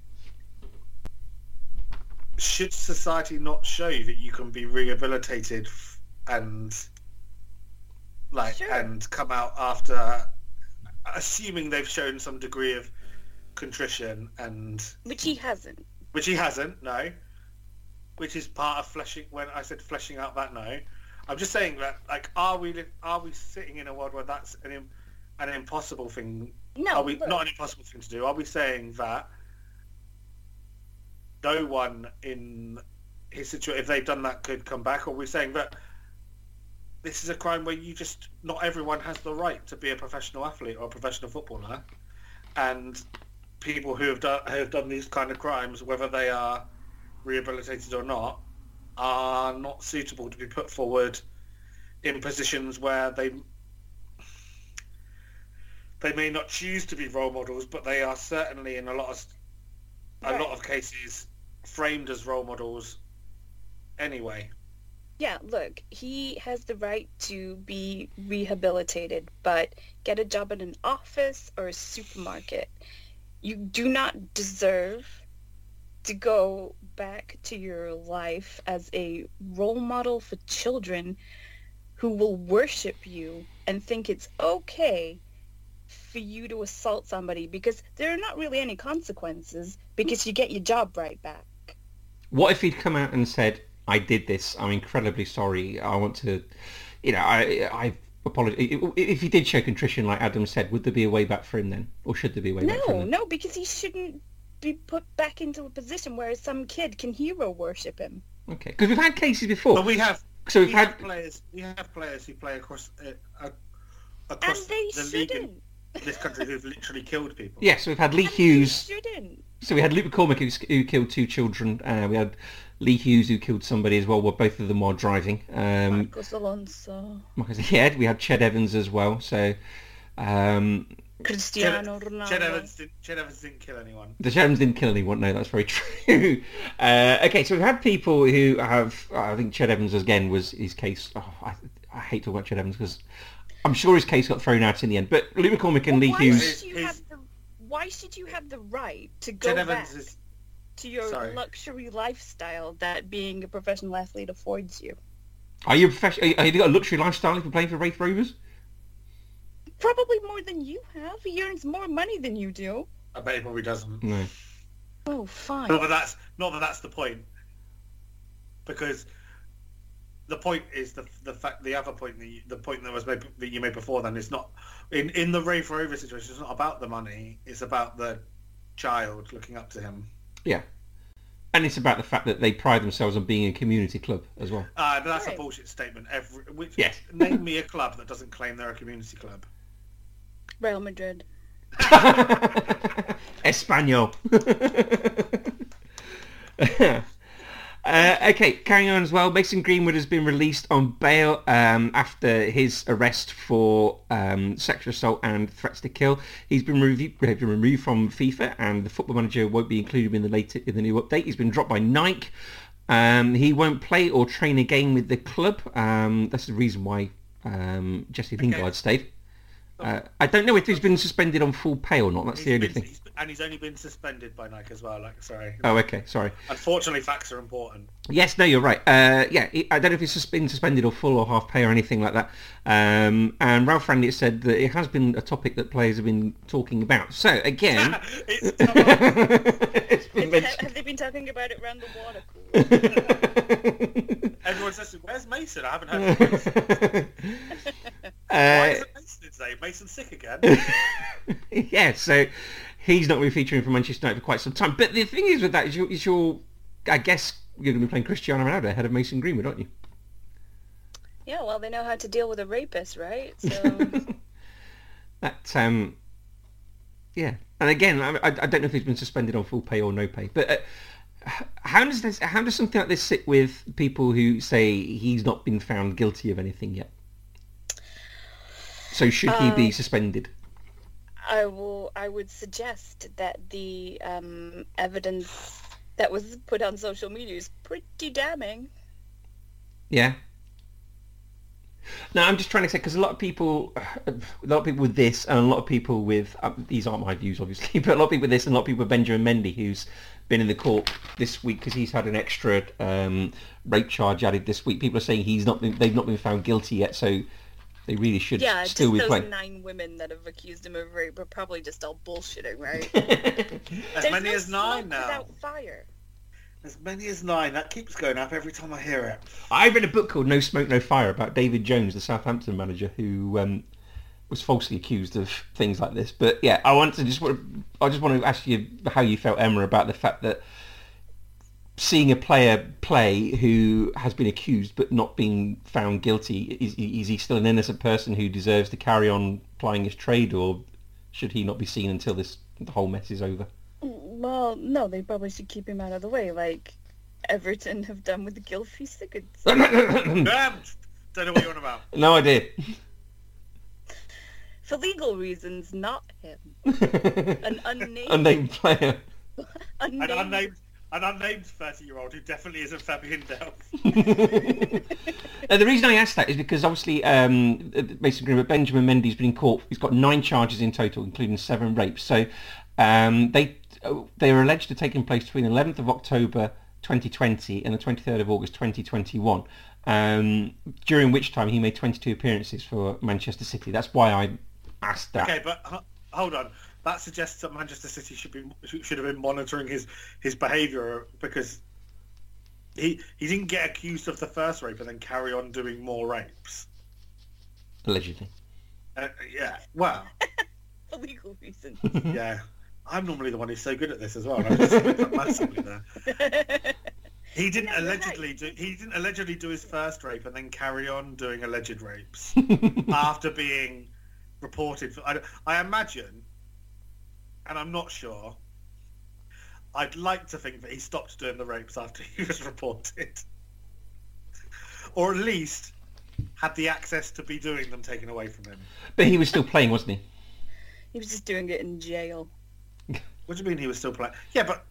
S2: Should society not show that you can be rehabilitated f- and like
S3: Sure.
S2: and come out after, assuming they've shown some degree of contrition and
S3: Which he hasn't.
S2: which he hasn't, no. Which is part of fleshing. When I said fleshing out that no, I'm just saying that like, are we li- are we sitting in a world where that's an im- an impossible thing?
S3: No.
S2: are we
S3: look,
S2: not an impossible thing to do? Are we saying that no one in his situation, if they've done that, could come back? Or are we saying that this is a crime where you just not everyone has the right to be a professional athlete or a professional footballer, and people who have done who have done these kind of crimes, whether they are rehabilitated or not, are not suitable to be put forward in positions where they they may not choose to be role models, but they are certainly in a lot of a
S3: Right.
S2: lot of cases framed as role models. Anyway,
S3: Yeah, look, he has the right to be rehabilitated, but get a job in an office or a supermarket. You do not deserve to go back to your life as a role model for children who will worship you and think it's okay for you to assault somebody because there are not really any consequences because you get your job right back.
S1: What if he'd come out and said, "I did this. I'm incredibly sorry. I want to, you know, I I apologize." If he did show contrition, like Adam said, would there be a way back for him then, or should there be a way back for
S3: No,
S1: him?
S3: no, because he shouldn't be put back into a position where some kid can hero worship him.
S1: No. Okay, because we've had cases
S2: but
S1: before.
S2: we have
S1: so we've
S2: we
S1: had
S2: have players. We have players who play across uh, uh,
S3: And
S2: across
S3: they
S2: the league in
S3: shouldn't.
S2: this country who've literally killed people.
S1: yeah, so we've had Lee
S3: And
S1: Hughes.
S3: They shouldn't.
S1: So we had Luke McCormick who, who killed two children. Uh, we had Lee Hughes who killed somebody as well. Well, both of them while driving. Um,
S3: Marcos Alonso,
S1: Marcus- yeah, we had Ched Evans as well. So um,
S3: Cristiano
S2: Ched
S3: Ronaldo.
S2: Evans, didn't, Ched Evans didn't kill anyone.
S1: The Shams didn't kill anyone. No, that's very true. Uh, okay, so we've had people who have. I think Chet Evans was- again was his case. Oh, I, I hate to watch Chet Evans because I'm sure his case got thrown out in the end. But Luke McCormick and Lee
S3: why
S1: Hughes.
S3: should you
S2: Who's-
S3: have the Why should you have the right to go
S2: Ched
S3: back
S2: Evans is
S3: to your
S2: sorry.
S3: luxury lifestyle that being a professional athlete affords you?
S1: Are you a professional? Have you got a luxury lifestyle if you're playing for Wraith Rovers?
S3: Probably more than you have. He earns more money than you do.
S2: I bet he probably doesn't.
S1: No.
S3: Oh, fine.
S2: Not that that's not that that's the point. Because the point is the the fact the other point that you, the point that was made that you made before then it's not in in the Ray for over situation it's not about the money it's about the child looking up to him.
S1: And it's about the fact that they pride themselves on being a community club as well.
S2: Uh, but that's
S3: Right.
S2: a bullshit statement. Every which,
S1: Yes.
S2: name me a club that doesn't claim they're a community club.
S3: Real Madrid.
S1: Espanol. Uh, okay, carrying on as well. Mason Greenwood has been released on bail um, after his arrest for um, sexual assault and threats to kill. He's been, revu- uh, been removed from FIFA, and the football manager won't be included in the later in the new update. He's been dropped by Nike. Um, he won't play or train again with the club. Um, that's the reason why um, Jesse Lingard stayed. Uh, I don't know if he's been suspended on full pay or not. That's the
S2: Oh. He's
S1: only
S2: been-
S1: thing.
S2: he's- and he's only been suspended by Nike as well. Like, sorry.
S1: Oh, okay. Sorry.
S2: Unfortunately, facts are important.
S1: Yes, no, you're right. Uh, yeah, I don't know if it's sus- been suspended or full or half pay or anything like that. Um, and Ralph Randick said that it has been a topic that players have been talking about. So again,
S2: It's-
S1: it's been
S3: Have,
S1: mentioned.
S3: have they been talking about it around the water cooler?
S2: Uh,
S1: Uh, yeah, so he's not been featuring for Manchester United for quite some time. But the thing is with that is you're, is you're I guess you're going to be playing Cristiano Ronaldo ahead of Mason Greenwood, aren't you?
S3: Yeah, well, they know how to deal with a rapist, right? So
S1: That um, yeah. And again, I, I I don't know if he's been suspended on full pay or no pay, but. Uh, h- how does this? How does something like this sit with people who say he's not been found guilty of anything yet? So should he be suspended?
S3: I will. I would suggest that the um, evidence that was put on social media is pretty damning.
S1: Yeah. No, I'm just trying to say because a lot of people, a lot of people with this, and a lot of people with um, these aren't my views, obviously, but a lot of people with this, and a lot of people with Benjamin Mendy, who's been in the court this week because he's had an extra um, rape charge added this week. People are saying he's not, been, they've not been found guilty yet, so they really should
S3: Yeah,
S1: still be
S3: just those
S1: playing.
S3: nine women that have accused him of rape are probably just all bullshitting, right?
S2: As
S3: There's
S2: many
S3: no
S2: as nine
S3: smoke
S2: now.
S3: Without fire.
S2: As many as nine. That keeps going up every time I hear it.
S1: I read a book called No Smoke, No Fire about David Jones, the Southampton manager, who um, was falsely accused of things like this. But yeah, I want to just want to, I just want to ask you how you felt, Emma, about the fact that seeing a player play who has been accused but not being found guilty is, is he still an innocent person who deserves to carry on playing his trade, or should he not be seen until this the whole mess is over?
S3: Well, no, they probably should keep him out of the way, like Everton have done with the Gilfie Sigurds.
S2: Um, don't know what you're on about.
S1: no idea.
S3: For legal reasons, not him. An unnamed,
S1: Unnamed player.
S2: An
S3: unnamed,
S2: unnamed, an unnamed thirty-year-old who definitely isn't Fabian Delph.
S1: Uh, the reason I asked that is because obviously um, uh, Mason Greenwood, Benjamin Mendy's been in court. He's got nine charges in total, including seven rapes. So um, they uh, they were alleged to have taken place between the 11th of October 2020 and the 23rd of August 2021, um, during which time he made 22 appearances for Manchester City. That's why I asked that.
S2: Okay, but h- hold on. That suggests that Manchester City should be should have been monitoring his his behaviour because he he didn't get accused of the first rape and then carry on doing more rapes.
S1: Allegedly.
S2: Uh, yeah. Well.
S3: for legal reasons.
S2: Yeah. I'm normally the one who's so good at this as well. and I just screwed up massively there. He didn't
S3: you're right.
S2: allegedly do he didn't allegedly do his first rape and then carry on doing alleged rapes after being reported for I, I imagine and I'm not sure I'd like to think that he stopped doing the rapes after he was reported or at least had the access to be doing them taken away from him
S1: But he was still playing, wasn't he?
S3: he was just doing it in jail.
S2: What do you mean he was still playing? Yeah, but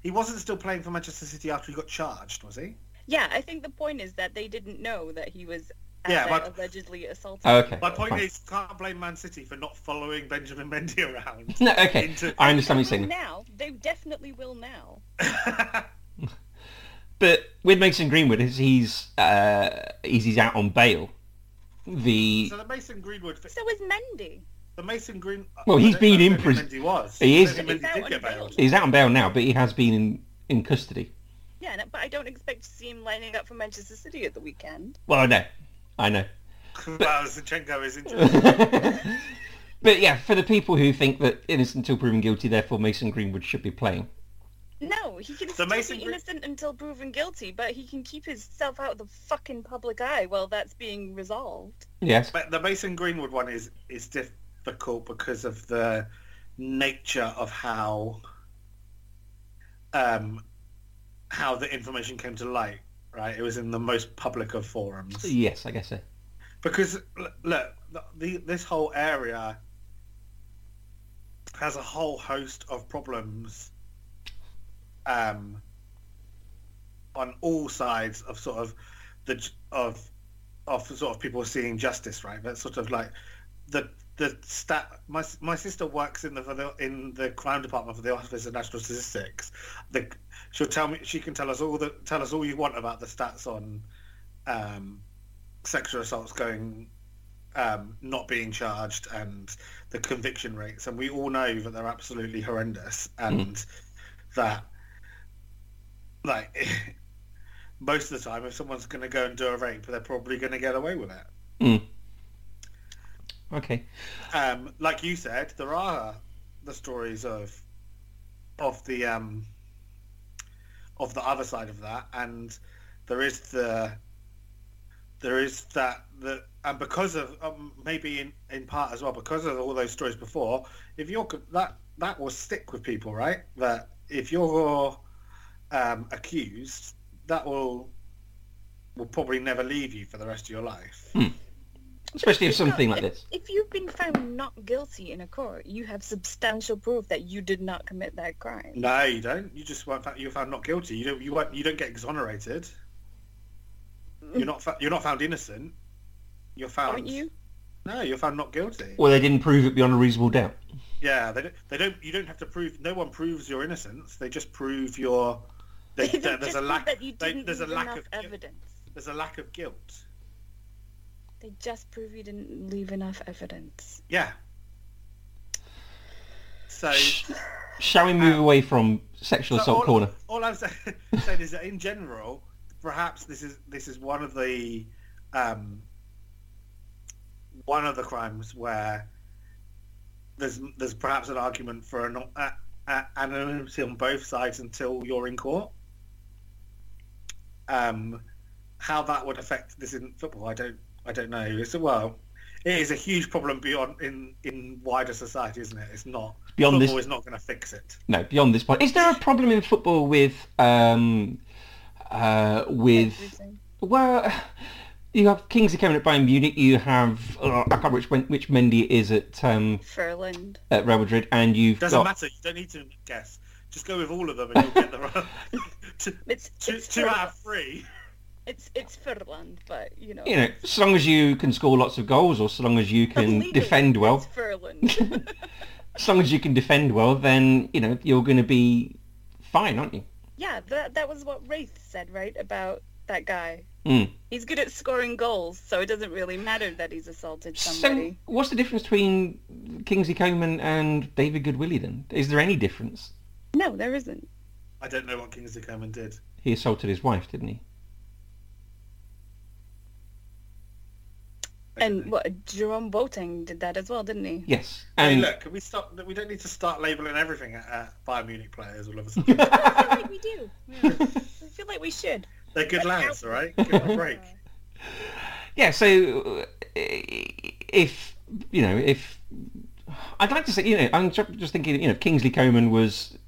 S2: he wasn't still playing for Manchester City after he got charged, was he?
S3: Yeah, I think the point is that they didn't know that he was at
S2: Yeah,
S3: that
S2: but-
S3: allegedly assaulted.
S1: Oh, okay.
S2: My point
S1: Fine.
S2: is, can't blame Man City for not following Benjamin Mendy around.
S1: No, okay.
S2: into-
S1: I understand what you're saying.
S3: Well, now they definitely will now.
S1: But with Mason Greenwood, as he's uh, he's, he's out on bail. The
S2: so the Mason Greenwood,
S3: So is Mendy.
S2: the Mason Green.
S1: Well, he's
S2: I don't know
S1: been
S2: if
S1: in
S2: Benjamin
S1: prison.
S2: Mendy was.
S1: He is-
S2: Benjamin
S3: He's
S2: Mendy
S3: out
S2: did get
S3: on bail.
S2: bailed.
S1: he's out on bail now, but he has been in, in custody.
S3: Yeah, and- but I don't expect to see him lining up for Manchester City at the weekend.
S1: Well, I know, I know.
S2: Well, Zinchenko is in jail.
S1: But yeah, for the people who think that innocent until proven guilty, therefore Mason Greenwood should be playing.
S3: No, he can still
S2: Mason
S3: be
S2: Green-
S3: innocent until proven guilty, but he can keep himself out of the fucking public eye while that's being resolved.
S1: Yes.
S2: But the Mason Greenwood one is is difficult because of the nature of how um how the information came to light. Right, it was in the most public of forums
S1: Yes, I guess so.
S2: because l- look, th- the, this whole area has a whole host of problems um, on all sides of sort of the j- of of sort of people seeing justice, right? But sort of like the the stat. My s- my sister works in the, for the in the crime department for the Office of National Statistics. The, she'll tell me she can tell us all the tell us all you want about the stats on um, sexual assaults going um, not being charged and the conviction rates and we all know that they're absolutely horrendous and that like most of the time if someone's going to go and do a rape they're probably going to get away with it
S1: Okay.
S2: um, like you said, there are the stories of of the um, of the other side of that, and there is the there is that the and because of um, maybe in, in part as well because of all those stories before, if you're co- that that will stick with people, right? That if you're um, accused, that will will probably never leave you for the rest of your life.
S1: Especially if
S3: If you're
S1: something
S3: not-
S1: like this.
S3: If you've been found not guilty in a court, you have substantial proof that you did not commit that crime.
S2: No, you don't. You just weren't. Found, you're found not guilty. You don't. You weren't. You don't get exonerated. You're not. Fa- you're not found innocent. You're found.
S3: Aren't you?
S2: No, you're found not guilty.
S1: Well, they didn't prove it beyond a reasonable doubt.
S2: Yeah, they don't. They don't. You don't have to prove. No one proves your innocence. They just prove your. They,
S3: They
S2: there- there's
S3: just
S2: a
S3: prove
S2: lack.
S3: that you
S2: they-
S3: didn't
S2: there's a
S3: leave
S2: lack
S3: enough
S2: of guilt.
S3: evidence.
S2: There's a lack of guilt.
S3: They just prove you didn't leave enough evidence.
S2: Yeah. So.
S1: Shall we move away from sexual
S2: So
S1: assault
S2: all,
S1: corner?
S2: All I'm saying, saying is that in general, perhaps this is this is one of the um, one of the crimes where there's there's perhaps an argument for an, uh, uh, anonymity on both sides until you're in court. Um, how that would affect this in football, I don't I don't know. It's well. It is a huge problem beyond in, in wider society, isn't it? It's not
S1: Beyond this-
S2: football is not going to fix it.
S1: No, beyond this point. Is there a problem in football with um, uh, with
S3: Everything.
S1: well, you have Kings are coming at Bayern Munich. You have oh, I can't remember which, when- which Mendy is at um,
S3: Furland.
S1: at Real Madrid, and you've
S2: Doesn't
S1: got
S2: matter. You don't need to guess. Just go with all of them, and you'll get the right. two,
S3: It's
S2: two,
S3: it's
S2: two out
S3: Furland.
S2: of three.
S3: It's it's Furland, but you know.
S1: you know, so long as you can score lots of goals, or so long as you can
S3: legally,
S1: defend well,
S3: It's Furland.
S1: as long as you can defend well, then you know you're going to be fine, aren't you?
S3: yeah, that that was what Wraith said, right? About that guy.
S1: Mm.
S3: He's good at scoring goals, so it doesn't really matter that he's assaulted
S1: So,
S3: somebody.
S1: what's the difference between Kingsley Coman and David Goodwillie then? Is there any difference?
S3: No, there isn't.
S2: I don't know what Kingsley Coman did.
S1: He assaulted his wife, didn't he?
S3: And what Jerome Boateng did that as well, didn't he?
S1: Yes.
S2: Hey,
S1: And
S2: look, can we stop? We don't need to start labeling everything at, uh Bayern Munich players all of a sudden.
S3: I feel like we do. I feel like we should.
S2: They're good lads, all right? Give them a break.
S1: yeah, so uh, if you know, if I'd like to say, you know, I'm ju- just thinking, you know, if Kingsley Coman was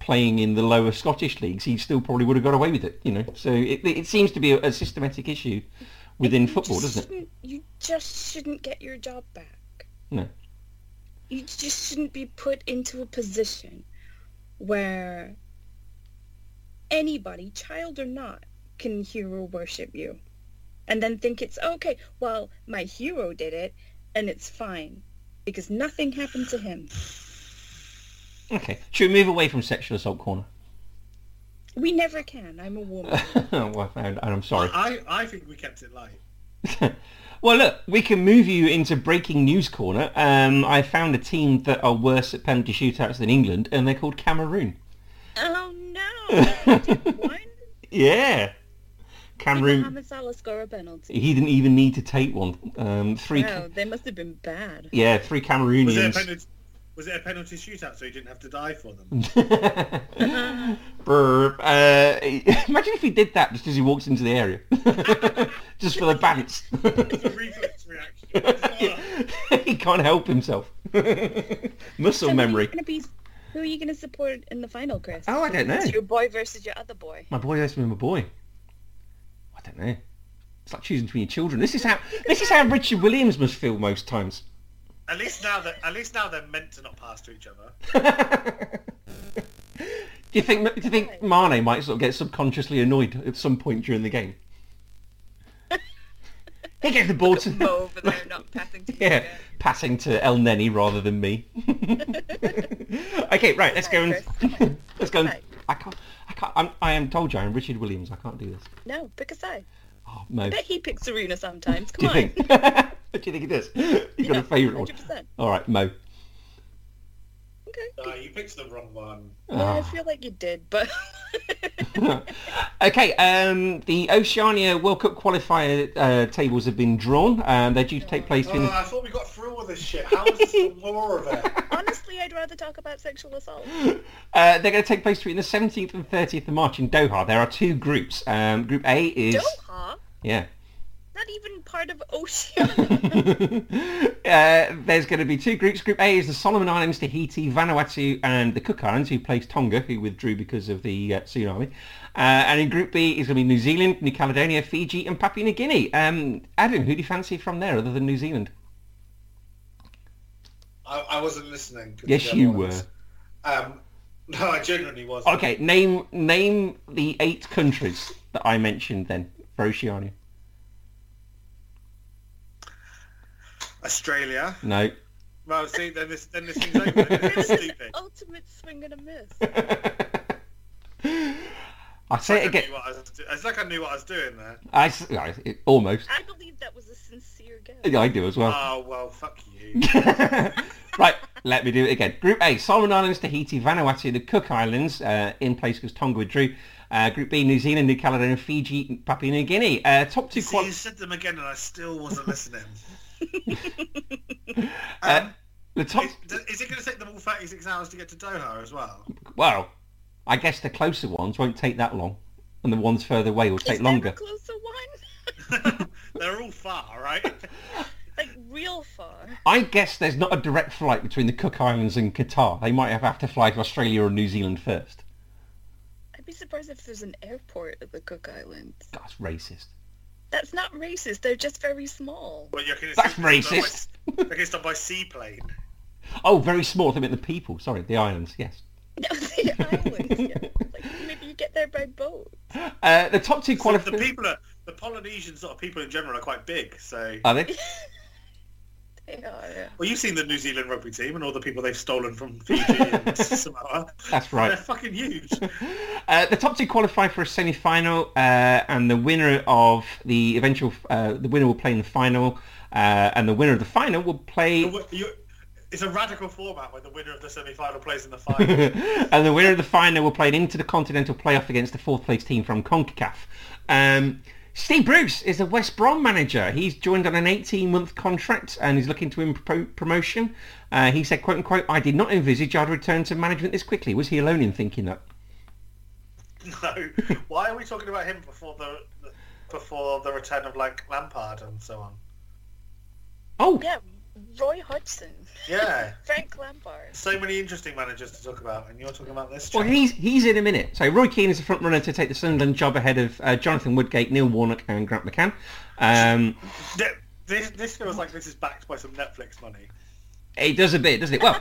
S1: playing in the lower Scottish leagues, he still probably would have got away with it, you know. So it, it seems to be a, a systematic issue within football,
S3: Just
S1: doesn't it?
S3: shouldn't- You just shouldn't get your job back.
S1: No.
S3: You just shouldn't be put into a position where anybody, child or not, can hero worship you. And then think it's okay, well, my hero did it and it's fine because nothing happened to him.
S1: Okay, should we move away from sexual assault corner?
S3: We never can. I'm a woman.
S1: well, and I'm sorry.
S2: I, I think we kept it light.
S1: Well, look, we can move you into breaking news corner. Um, I found a team that are worse at penalty shootouts than England, and they're called Cameroon.
S3: oh no! One?
S1: Yeah, Cameroon.
S3: Mohamed Salah score a penalty.
S1: He didn't even need to take one. Um, three,
S3: Wow, they must have been bad.
S1: yeah, three
S2: Was it, a
S1: Cameroonians.
S2: penalty, was it a penalty shootout so you didn't have to die for them?
S1: Burp. Uh, imagine if he did that just as he walks into the area, just for the balance.
S2: It's a reflex reaction. Oh,
S1: he can't help himself. Muscle
S3: So
S1: memory.
S3: Who are, you gonna be, who are you gonna support in the final, Chris?
S1: Oh, I don't know.
S3: It's your boy versus your other boy.
S1: My boy versus my boy. I don't know. It's like choosing between your children. This is how this is how Richard Williams must feel most times.
S2: At least now that at least now they're meant to not pass to each other.
S1: Do you think do you think Mane might sort of get subconsciously annoyed at some point during the game? he gets the ball to
S3: over there, not passing to
S1: yeah, passing to El Nenny rather than me. okay, right. Let's go and let's go. And,
S3: Right.
S1: I can't. I can't. I'm, I am told you. I'm Richard Williams. I can't do this.
S3: No, pick a side.
S1: Oh, no.
S3: Bet he picks Serena sometimes.
S1: Do
S3: Come
S1: you
S3: on.
S1: think? do you think he does? You've got
S3: Yeah,
S1: a favourite one.
S3: 100%.
S1: All right, Mo.
S3: Okay.
S2: No, Uh, you picked the wrong one.
S1: Ah.
S3: Yeah, I feel like you did, but
S1: okay, um, the Oceania World Cup qualifier uh, tables have been drawn. Um, they're due to take place in... uh,
S2: Oh, I thought we got through all this shit. How is there still more of it?
S3: Honestly, I'd rather talk about sexual assault.
S1: Uh, they're going to take place between the 17th and 30th of March in Doha. There are two groups. Um, group A is...
S3: Doha?
S1: Yeah.
S3: Not even part of Oceania.
S1: uh, there's going to be two groups. Group A is the Solomon Islands, Tahiti, Vanuatu, and the Cook Islands, who plays Tonga, who withdrew because of the uh, tsunami. Uh, and in Group B is going to be New Zealand, New Caledonia, Fiji, and Papua New Guinea. Um, Adam, who do you fancy from there other than New Zealand?
S2: I, I wasn't listening. 'cause
S1: Yes,
S2: I
S1: you
S2: was. Um, no, I genuinely was.
S1: Okay, name name the eight countries that I mentioned then for Oceania.
S2: Australia.
S1: No.
S2: Well, see, then this then this thing's over. It's stupid.
S3: Ultimate swing and a miss.
S1: I say it
S2: I
S1: again.
S2: knew what I was do- it's like I knew what I was doing there.
S1: I, s- no, it- almost.
S3: I believe that was a sincere guess.
S1: Yeah, I do as well.
S2: Oh well, fuck you.
S1: right, let me do it again. Group A, Solomon Islands, Tahiti, Vanuatu, the Cook Islands, uh, in place because Tonga withdrew. Uh, group B, New Zealand, New Caledonia, Fiji, Papua New Guinea. Uh, top two
S2: See, you
S1: quali-
S2: said them again, and I still wasn't listening.
S1: uh,
S2: um,
S1: the top,
S2: is, is it going to take them all 36 hours to get to Doha as well?
S1: well, I guess the closer ones won't take that long, and the ones further away will
S3: Is
S1: take
S3: there
S1: longer.
S3: a closer one?
S2: They're all far, right?
S3: like real far.
S1: I guess there's not a direct flight between the Cook Islands and Qatar. They might have have to fly to Australia or New Zealand first.
S3: I'd be surprised if there's an airport at the Cook Islands.
S1: That's racist.
S3: That's not racist. They're just very small.
S2: Well, you're gonna
S1: That's
S2: see them done
S1: racist.
S2: By, they're gonna stop by seaplane.
S1: Oh, very small. I meant the people. Sorry, the islands. Yes.
S3: the islands. Yeah. Like maybe you get there by boat.
S1: Uh, the top two
S2: So
S1: qualifiers.
S2: the people are the Polynesian sort of people in general are quite big. So,
S1: Are they?
S3: They are.
S2: well, you've seen the New Zealand rugby team and all the people they've stolen from Fiji and Samoa.
S1: That's right.
S2: They're fucking huge.
S1: Uh, the top two qualify for a semi-final, uh, and the winner of the eventual uh, the winner will play in the final, uh, and the winner of the final will play,
S2: You- it's a radical format where the winner of the semi-final plays in the final.
S1: and the winner of the final will play an intercontinental playoff against the fourth place team from Concacaf. Um, Steve Bruce is the West Brom manager. He's joined on an 18-month contract and is looking to win pro- promotion. Uh, he said, "quote unquote," I did not envisage I'd return to management this quickly. Was he alone in thinking that?
S2: no, why are we talking about him before the before the return of like Lampard and so on?
S1: Oh,
S3: Yeah, Roy Hodgson,
S2: Yeah,
S3: Frank Lampard.
S2: so many interesting managers to talk about, and you're talking about this.
S1: Well,
S2: chap.
S1: he's he's in a minute. So Roy Keane is the front runner to take the Sunderland job ahead of uh, Jonathan Woodgate, Neil Warnock, and Grant McCann. Um,
S2: Th- This, this feels like this is backed by some Netflix money.
S1: it does a bit, doesn't it? Well,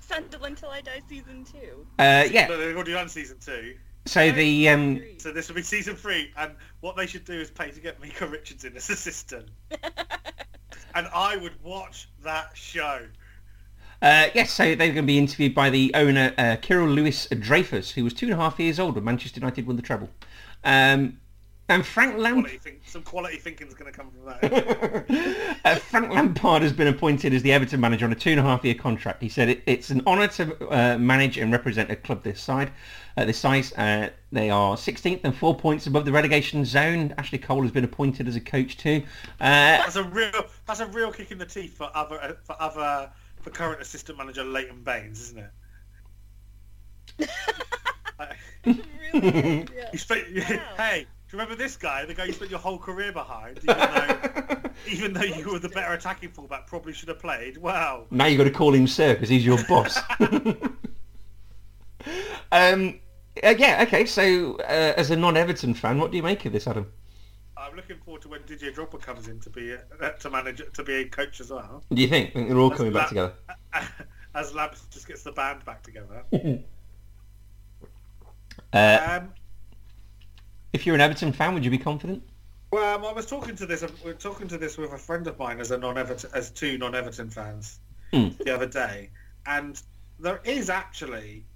S3: Sunderland Till I Die season two.
S1: uh, yeah.
S2: No, they've already done season two,
S1: So the um,
S3: Three.
S2: so this will be season three. And what they should do is pay to get Mika Richards in as assistant. and I would watch that show.
S1: uh, yes, so they're going to be interviewed by the owner uh, Kirill Lewis Dreyfus, who was two and a half years old when Manchester United won the treble, um, and Frank Lampard.
S2: Quality think, some quality thinking's going to come from that.
S1: Uh, Frank Lampard has been appointed as the Everton manager on a two and a half year contract. He said it, it's an honour to uh, manage and represent a club this side, uh, this size. Uh, they are 16th and four points above the relegation zone. Ashley Cole has been appointed as a coach too. Uh,
S2: That's a real that's a real kick in the teeth for other uh, for other for current assistant manager Leighton Baines, isn't it?
S3: Really is, yeah.
S2: You spent,
S3: Wow.
S2: hey, do you remember this guy? The guy you spent your whole career behind, even though, even though you were the better attacking fullback, probably should have played. Wow.
S1: now you've got to call him sir because he's your boss. um, uh, yeah, okay. So uh, as a non-Everton fan, what do you make of this, Adam?
S2: I'm looking forward to when Didier Drogba comes in to be uh, to manage to be a coach as well.
S1: Do you think they're all coming back together?
S2: As Labs just gets the band back together.
S1: Uh,
S2: Um,
S1: if you're an Everton fan, would you be confident?
S2: well, um, I was talking to this. We are talking to this with a friend of mine as a non-Everton, as two non-Everton fans
S1: Hmm.
S2: the other day, and there is actually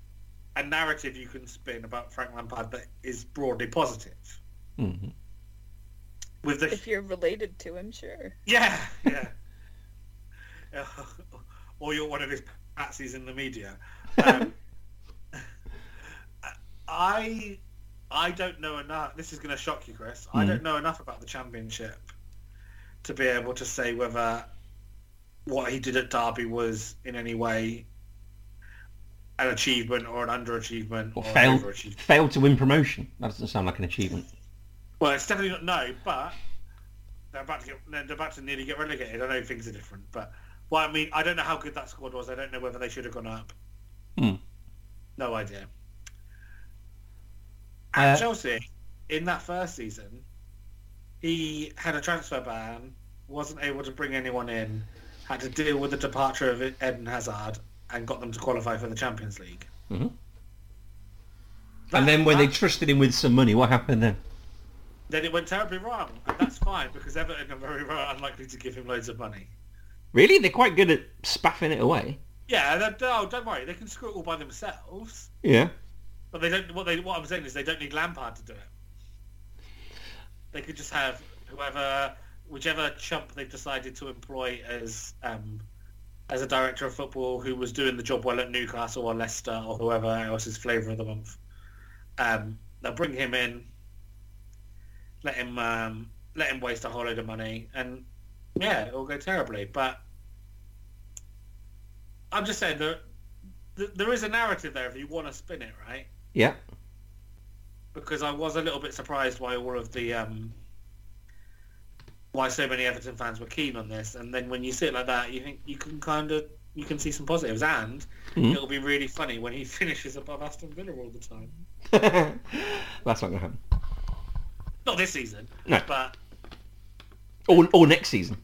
S2: a narrative you can spin about Frank Lampard that is broadly positive.
S1: hmm
S2: With the
S3: If you're related to him, sure.
S2: Yeah, yeah. or you're one of his patsies in the media. Um, I I don't know enough. This is going to shock you, Chris. I
S1: Mhm.
S2: don't know enough about the championship to be able to say whether what he did at Derby was in any way an achievement or an underachievement
S1: Or
S2: an
S1: failed.
S2: overachievement.
S1: Failed to win promotion. That doesn't sound like an achievement.
S2: Well, it's definitely not no, but they're about to get, they're about to nearly get relegated. I know things are different, but well, I mean, I don't know how good that squad was. I don't know whether they should have gone up.
S1: Hmm.
S2: No idea.
S1: Uh,
S2: And Chelsea, in that first season, he had a transfer ban, wasn't able to bring anyone in, had to deal with the departure of Eden Hazard, and got them to qualify for the Champions League.
S1: Mhm. And then when they trusted him with some money, what happened then?
S2: then it went terribly wrong, and that's fine because Everton are very, very unlikely to give him loads of money.
S1: Really, they're quite good at spaffing it away.
S2: Yeah, they're- oh, don't worry, they can screw it all by themselves.
S1: Yeah.
S2: But they don't. What they what I'm saying is they don't need Lampard to do it. They could just have whoever, whichever chump they've decided to employ as um, as a director of football who was doing the job well at Newcastle or Leicester or whoever else's flavour of the month. Um, they'll bring him in, let him um, let him waste a whole load of money, and yeah, it'll go terribly. But I'm just saying that th- there is a narrative there if you want to spin it right
S1: Yeah.
S2: because I was a little bit surprised why all of the um, why so many Everton fans were keen on this. And then when you see it like that, you think you can kind of you can see some positives, and
S1: Mhm.
S2: it'll be really funny when he finishes above Aston Villa all the time.
S1: That's not going to happen.
S2: Not this season,
S1: No.
S2: but
S1: Or, or next season.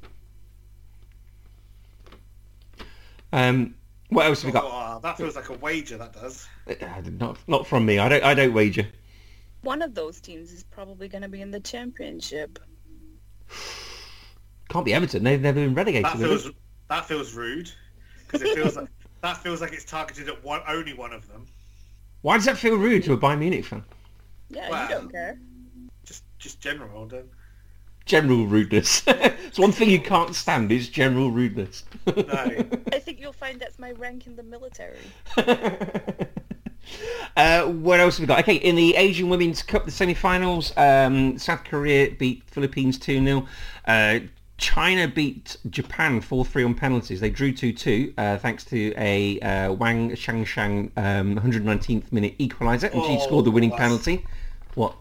S1: Um, what else have we got?
S2: Oh, that feels like a wager. That does.
S1: Uh, Not, not from me. I don't. I don't wager.
S3: One of those teams is probably going to be in the championship.
S1: Can't be Everton. They've never been relegated.
S2: That
S1: have they?
S2: feels that feels rude because it feels like that feels like it's targeted at one only one of them.
S1: Why does that feel rude to a Bayern Munich fan?
S3: Yeah,
S2: Wow.
S3: you don't care.
S2: Just just general. Don't,
S1: General rudeness. it's one thing you can't stand is general rudeness.
S2: no.
S3: I think you'll find that's my rank in the military.
S1: Uh, what else have we got? Okay, in the Asian Women's Cup, the semi-finals, um, South Korea beat Philippines 2-0. Uh, China beat Japan 4-3 on penalties. They drew 2-2 uh, thanks to a uh, Wang Shangshang um, 119th minute equaliser, and she
S2: Oh,
S1: scored the winning
S2: that's-
S1: penalty. What?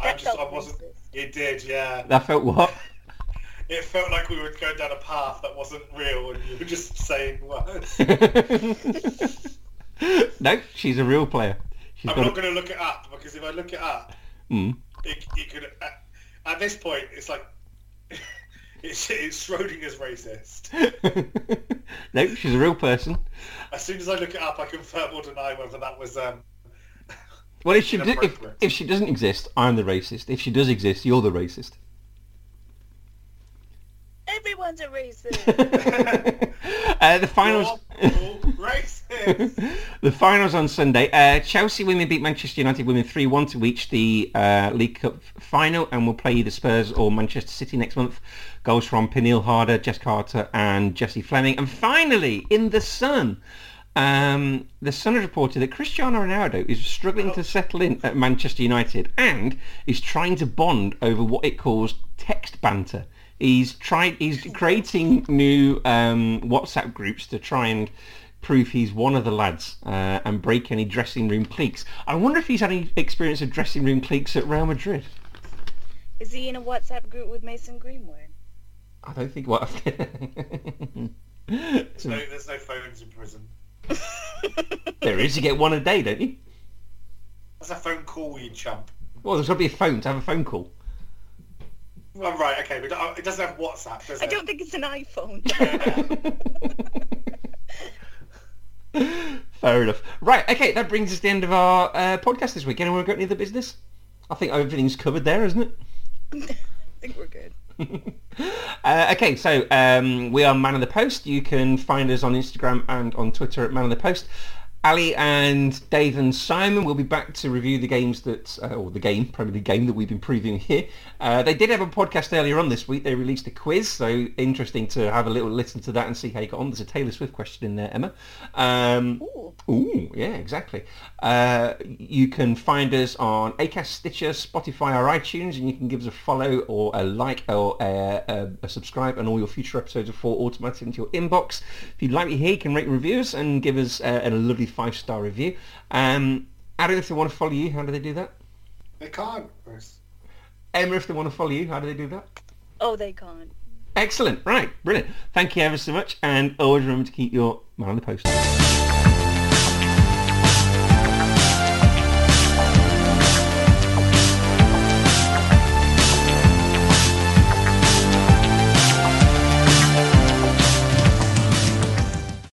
S2: I
S3: That
S2: just I
S3: felt
S2: wasn't.
S3: racist.
S2: It did, yeah.
S1: That felt what?
S2: It felt like we were going down a path that wasn't real, and you were just saying words.
S1: no, she's a real player. She's
S2: I'm
S1: got
S2: not going to look it up because if I look it up,
S1: a, mm.
S2: it, it could. At, at this point, it's like it's, it's Schrodinger's racist.
S1: no, she's a real person.
S2: As soon as I look it up, I confirm or deny whether that was. Um,
S1: Well, if she do, if,
S2: Inappropriate.
S1: if she doesn't exist, I'm the racist. If she does exist, you're the racist.
S3: Everyone's a racist.
S1: uh, the finals.
S2: "You're all racist.
S1: the finals on Sunday. Uh, Chelsea women beat Manchester United women 3-1 to reach the uh, League Cup final and will play either Spurs or Manchester City next month. Goals from Peniel Harder, Jess Carter and Jesse Fleming. And finally, in the Sun, um, the Sun has reported that Cristiano Ronaldo is struggling to settle in at Manchester United and is trying to bond over what it calls text banter. He's tried. He's creating new um, WhatsApp groups to try and prove he's one of the lads uh, and break any dressing room cliques. I wonder if he's had any experience of dressing room cliques at Real Madrid.
S3: Is he in a WhatsApp group with Mason Greenwood?
S1: I don't think what.
S2: There's no, there's no phones in prison.
S1: there is. You get one a day, don't you?
S2: That's a phone call, you chump.
S1: Well, there's got to be a phone to have a phone call.
S2: Well, right, okay, but uh, it doesn't have WhatsApp, does it?
S3: I don't think it's an iPhone.
S1: Fair enough. Right. Okay, that brings us to the end of our uh, podcast this week. Anyone got any other business? I think everything's covered there, isn't it?
S3: I think we're good.
S1: Uh, okay, so um, we are Man of the Post. You can find us on Instagram and on Twitter at Man of the Post. Ali and Dave and Simon will be back to review the games that, uh, or the game, Premier League game that we've been previewing here. Uh, they did have a podcast earlier on this week. They released a quiz, so interesting to have a little listen to that and see how you got on. There's a Taylor Swift question in there, Emma. Um,
S3: Ooh.
S1: Ooh, yeah, exactly. Uh, you can find us on Acast, Stitcher, Spotify, or iTunes, and you can give us a follow or a like or a, a, a subscribe, and all your future episodes of Four automatically into your inbox. If you like what you hear, you can rate reviews and give us uh, a, a lovely five-star review. Um, Adam, if they want to follow you, how do they do that?
S2: They can't, Chris.
S1: Emma, if they want to follow you, how do they do that?
S3: Oh, they can't.
S1: Excellent. Right. Brilliant. Thank you ever so much. And always remember to keep your man on the post.